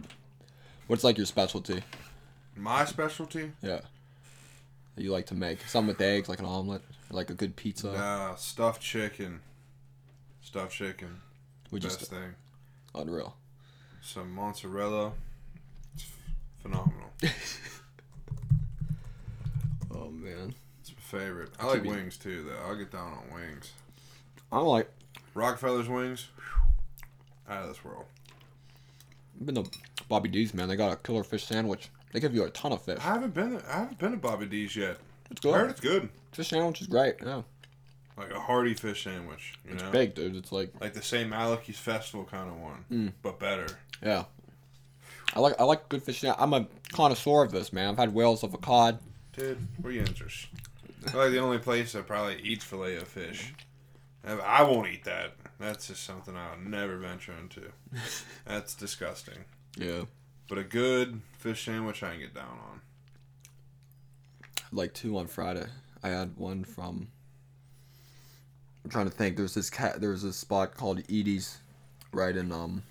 Speaker 1: What's like your specialty?
Speaker 2: My specialty?
Speaker 1: Yeah. That you like to make? Something with eggs, like an omelet, or like a good pizza.
Speaker 2: Nah, stuffed chicken. Stuffed chicken.
Speaker 1: Would you
Speaker 2: Best
Speaker 1: st-
Speaker 2: thing.
Speaker 1: unreal.
Speaker 2: some mozzarella. It's ph- phenomenal.
Speaker 1: Oh man.
Speaker 2: It's my favorite. I
Speaker 1: Could
Speaker 2: like
Speaker 1: be-
Speaker 2: wings too, though. I'll get down on wings.
Speaker 1: I'm like
Speaker 2: Rockefeller's wings, out of this world.
Speaker 1: I've been to Bobby D's man, they got a killer fish sandwich. They give you a ton of fish.
Speaker 2: I haven't been. I haven't been to Bobby D's yet.
Speaker 1: It's
Speaker 2: I heard
Speaker 1: good.
Speaker 2: it's good.
Speaker 1: Fish sandwich is great, yeah.
Speaker 2: Like a hearty fish sandwich. You
Speaker 1: It's
Speaker 2: know,
Speaker 1: big, dude. It's like
Speaker 2: like the same Alecky's Festival kind of one,
Speaker 1: Mm.
Speaker 2: but better.
Speaker 1: Yeah. I like I like good fish. now. I'm a connoisseur of this, man. I've had whales of a cod.
Speaker 2: Dude, we're yinzers. We're like the only place that probably eats filet of fish. And I won't eat that. That's just something I'll never venture into. That's disgusting.
Speaker 1: Yeah.
Speaker 2: But a good fish sandwich I can get down on.
Speaker 1: Like two on Friday. I had one from. I'm trying to think. There's this cat. There's this spot called Edie's, right in um,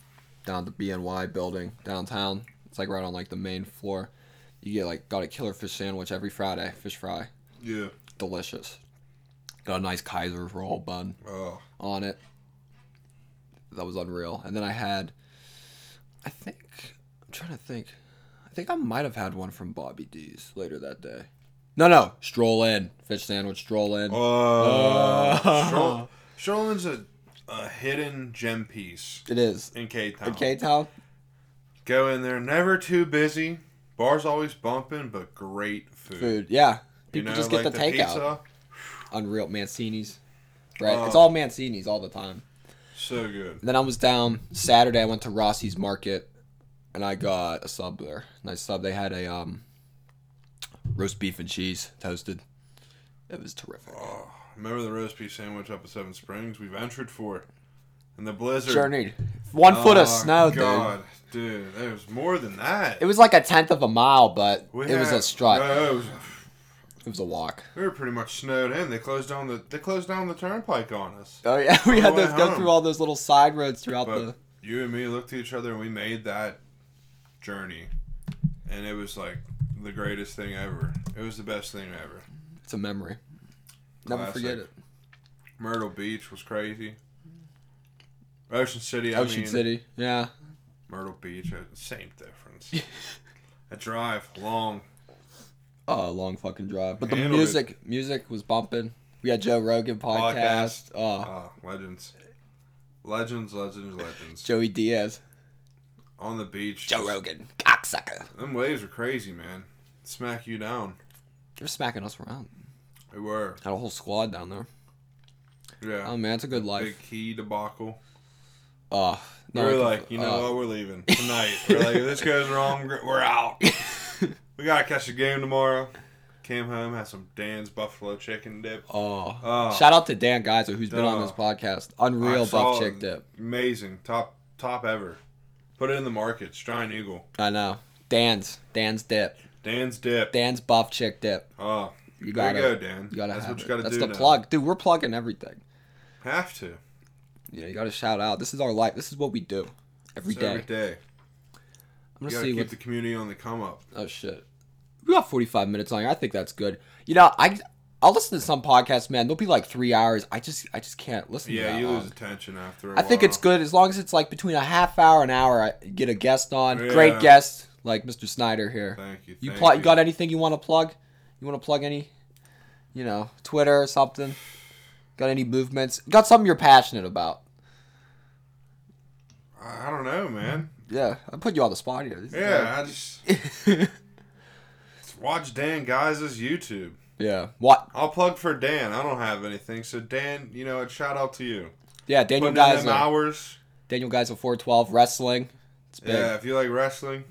Speaker 1: down the BNY building downtown. It's like right on like the main floor. You get like got a killer fish sandwich every Friday. Fish fry,
Speaker 2: Yeah.
Speaker 1: delicious. Got a nice Kaiser roll bun.
Speaker 2: Oh.
Speaker 1: on it. That was unreal. And then I had, I think, I'm trying to think. I think I might have had one from Bobby D's later that day. No, no, stroll in fish sandwich. Stroll in. Uh.
Speaker 2: Oh.
Speaker 1: Uh-huh.
Speaker 2: Stroll- Strollin's a, a hidden gem piece
Speaker 1: It is
Speaker 2: in K Town.
Speaker 1: in K Town.
Speaker 2: Go in there, never too busy. Bar's always bumping, but great food.
Speaker 1: Food, yeah.
Speaker 2: You
Speaker 1: People
Speaker 2: know,
Speaker 1: just get
Speaker 2: like
Speaker 1: the
Speaker 2: the,
Speaker 1: takeout.
Speaker 2: pizza,
Speaker 1: Unreal Mancini's, right? it's
Speaker 2: Oh.
Speaker 1: all Mancini's all the time.
Speaker 2: so good.
Speaker 1: And then I was down Saturday. I went to Rossi's Market, and I got a sub there. Nice sub. They had a um, roast beef and cheese toasted. It was terrific.
Speaker 2: Oh, remember the roast beef sandwich up at Seven Springs? We ventured for it. And the blizzard.
Speaker 1: Journeyed one foot of
Speaker 2: Oh,
Speaker 1: snow, dude.
Speaker 2: God, dude. There was more than that.
Speaker 1: It was like a tenth of a mile, but
Speaker 2: We
Speaker 1: it was a
Speaker 2: had-
Speaker 1: strut.
Speaker 2: No, it was-
Speaker 1: It was a walk.
Speaker 2: we were pretty much snowed in. They closed down the they closed down the turnpike on us.
Speaker 1: Oh yeah, we had
Speaker 2: the way
Speaker 1: to go
Speaker 2: home.
Speaker 1: through all those little side roads throughout the.
Speaker 2: But you and me looked at each other and we made that journey. And it was like the greatest thing ever. It was the best thing ever.
Speaker 1: It's a memory. Never
Speaker 2: Classic.
Speaker 1: forget it.
Speaker 2: Myrtle Beach was crazy. Ocean City, I
Speaker 1: Ocean
Speaker 2: mean,
Speaker 1: City, yeah.
Speaker 2: Myrtle Beach, uh, same difference. a drive, long.
Speaker 1: Oh, a long fucking drive. But the
Speaker 2: Handled it.
Speaker 1: music, music was bumping. We had Joe Rogan podcast.
Speaker 2: Podcast.
Speaker 1: Oh,
Speaker 2: Ah, legends. Legends, legends, legends.
Speaker 1: Joey Diaz.
Speaker 2: On the beach.
Speaker 1: Rogan, cocksucker.
Speaker 2: Them waves were crazy, man. Smack you down.
Speaker 1: They're smacking us around.
Speaker 2: They were.
Speaker 1: Had a whole squad down there.
Speaker 2: Yeah.
Speaker 1: Oh man, it's a good life.
Speaker 2: Big key debacle.
Speaker 1: Oh,
Speaker 2: We
Speaker 1: I
Speaker 2: were
Speaker 1: can-
Speaker 2: like, you know
Speaker 1: uh,
Speaker 2: what, we're leaving tonight. we're like, if this goes wrong, we're- we're out. we gotta catch a game tomorrow. Came home, had some Dan's buffalo chicken dip.
Speaker 1: Oh.
Speaker 2: Oh.
Speaker 1: Shout out to Dan Geyser, who's been on
Speaker 2: Duh.
Speaker 1: this podcast.
Speaker 2: Uh. I
Speaker 1: Unreal
Speaker 2: saw
Speaker 1: buff chick dip.
Speaker 2: Amazing, top top ever. Put it in the markets. Giant Eagle,
Speaker 1: I know. Dan's. Dan's dip.
Speaker 2: Dan's dip.
Speaker 1: Dan's buff chick dip.
Speaker 2: Oh,
Speaker 1: You
Speaker 2: there
Speaker 1: gotta,
Speaker 2: you go, Dan.
Speaker 1: you gotta
Speaker 2: That's
Speaker 1: have
Speaker 2: what you
Speaker 1: it.
Speaker 2: gotta
Speaker 1: That's
Speaker 2: do
Speaker 1: the
Speaker 2: now.
Speaker 1: plug. Dude, we're plugging everything.
Speaker 2: Have to.
Speaker 1: Yeah, you gotta shout out. This is our life. This is what we do every
Speaker 2: It's
Speaker 1: day.
Speaker 2: every day.
Speaker 1: I'm
Speaker 2: You
Speaker 1: gonna
Speaker 2: gotta
Speaker 1: see
Speaker 2: keep
Speaker 1: what.
Speaker 2: the community on the come up.
Speaker 1: Oh shit. We got 45 minutes on here. I think that's good. You know, I I'll listen to some podcasts, man. They'll be like three hours. I just I just can't listen. to
Speaker 2: Yeah,
Speaker 1: that
Speaker 2: you
Speaker 1: long.
Speaker 2: lose attention after. I
Speaker 1: um, I think it's good as long as it's like between a half hour and hour. I you get a guest on,
Speaker 2: Yeah.
Speaker 1: great guest like Mr. Snyder here.
Speaker 2: Thank you.
Speaker 1: You
Speaker 2: thank
Speaker 1: pl- you got anything you want to plug? You want to plug any, you know, Twitter or something? Got any movements? Got something you're passionate about?
Speaker 2: I I don't know, man.
Speaker 1: Yeah, I put you on the spot here. This is
Speaker 2: Yeah, I just watch Dan Guise's YouTube.
Speaker 1: like- yeah. What?
Speaker 2: I'll plug for Dan. I don't have anything, so Dan, you know, a shout out to you.
Speaker 1: Yeah, Daniel
Speaker 2: Putting in
Speaker 1: guys.
Speaker 2: them hours.
Speaker 1: Daniel guys of 412 wrestling. It's big.
Speaker 2: Yeah, if you like wrestling,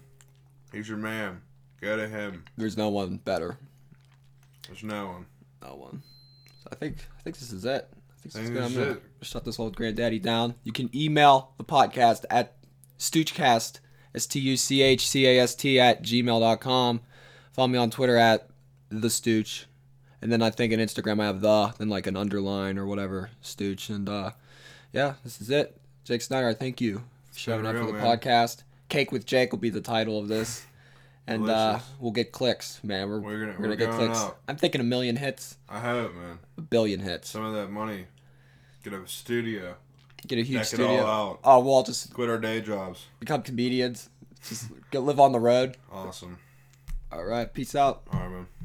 Speaker 2: he's your man. Go to him.
Speaker 1: There's no one better.
Speaker 2: There's no one.
Speaker 1: No one. So I think I think this is it. I think this is
Speaker 2: Think
Speaker 1: good. I'm
Speaker 2: this
Speaker 1: gonna
Speaker 2: is
Speaker 1: shut this old granddaddy down. You can email the podcast at stoochcast s t u c h c a s t at gmail.com. Follow me on Twitter at the stooch, and then I think in Instagram I have the then like an underline or whatever stooch. And uh, yeah, this is it. Jake Snyder, I thank you for showing
Speaker 2: been
Speaker 1: up for
Speaker 2: real,
Speaker 1: the
Speaker 2: man.
Speaker 1: podcast. Cake with Jake will be the title of this. And uh,
Speaker 2: Delicious.
Speaker 1: we'll get clicks, man. We're,
Speaker 2: We're gonna-
Speaker 1: we're
Speaker 2: we're
Speaker 1: gonna get
Speaker 2: going
Speaker 1: clicks.
Speaker 2: up.
Speaker 1: I'm thinking a million hits
Speaker 2: I hope, man.
Speaker 1: billion hits.
Speaker 2: Some of that money. Get a studio.
Speaker 1: Get a huge
Speaker 2: Deck it
Speaker 1: studio.
Speaker 2: all out.
Speaker 1: Oh, we'll all just
Speaker 2: Quit our day jobs.
Speaker 1: become comedians. Just get live on the road.
Speaker 2: Awesome.
Speaker 1: All right, peace out.
Speaker 2: All right, man.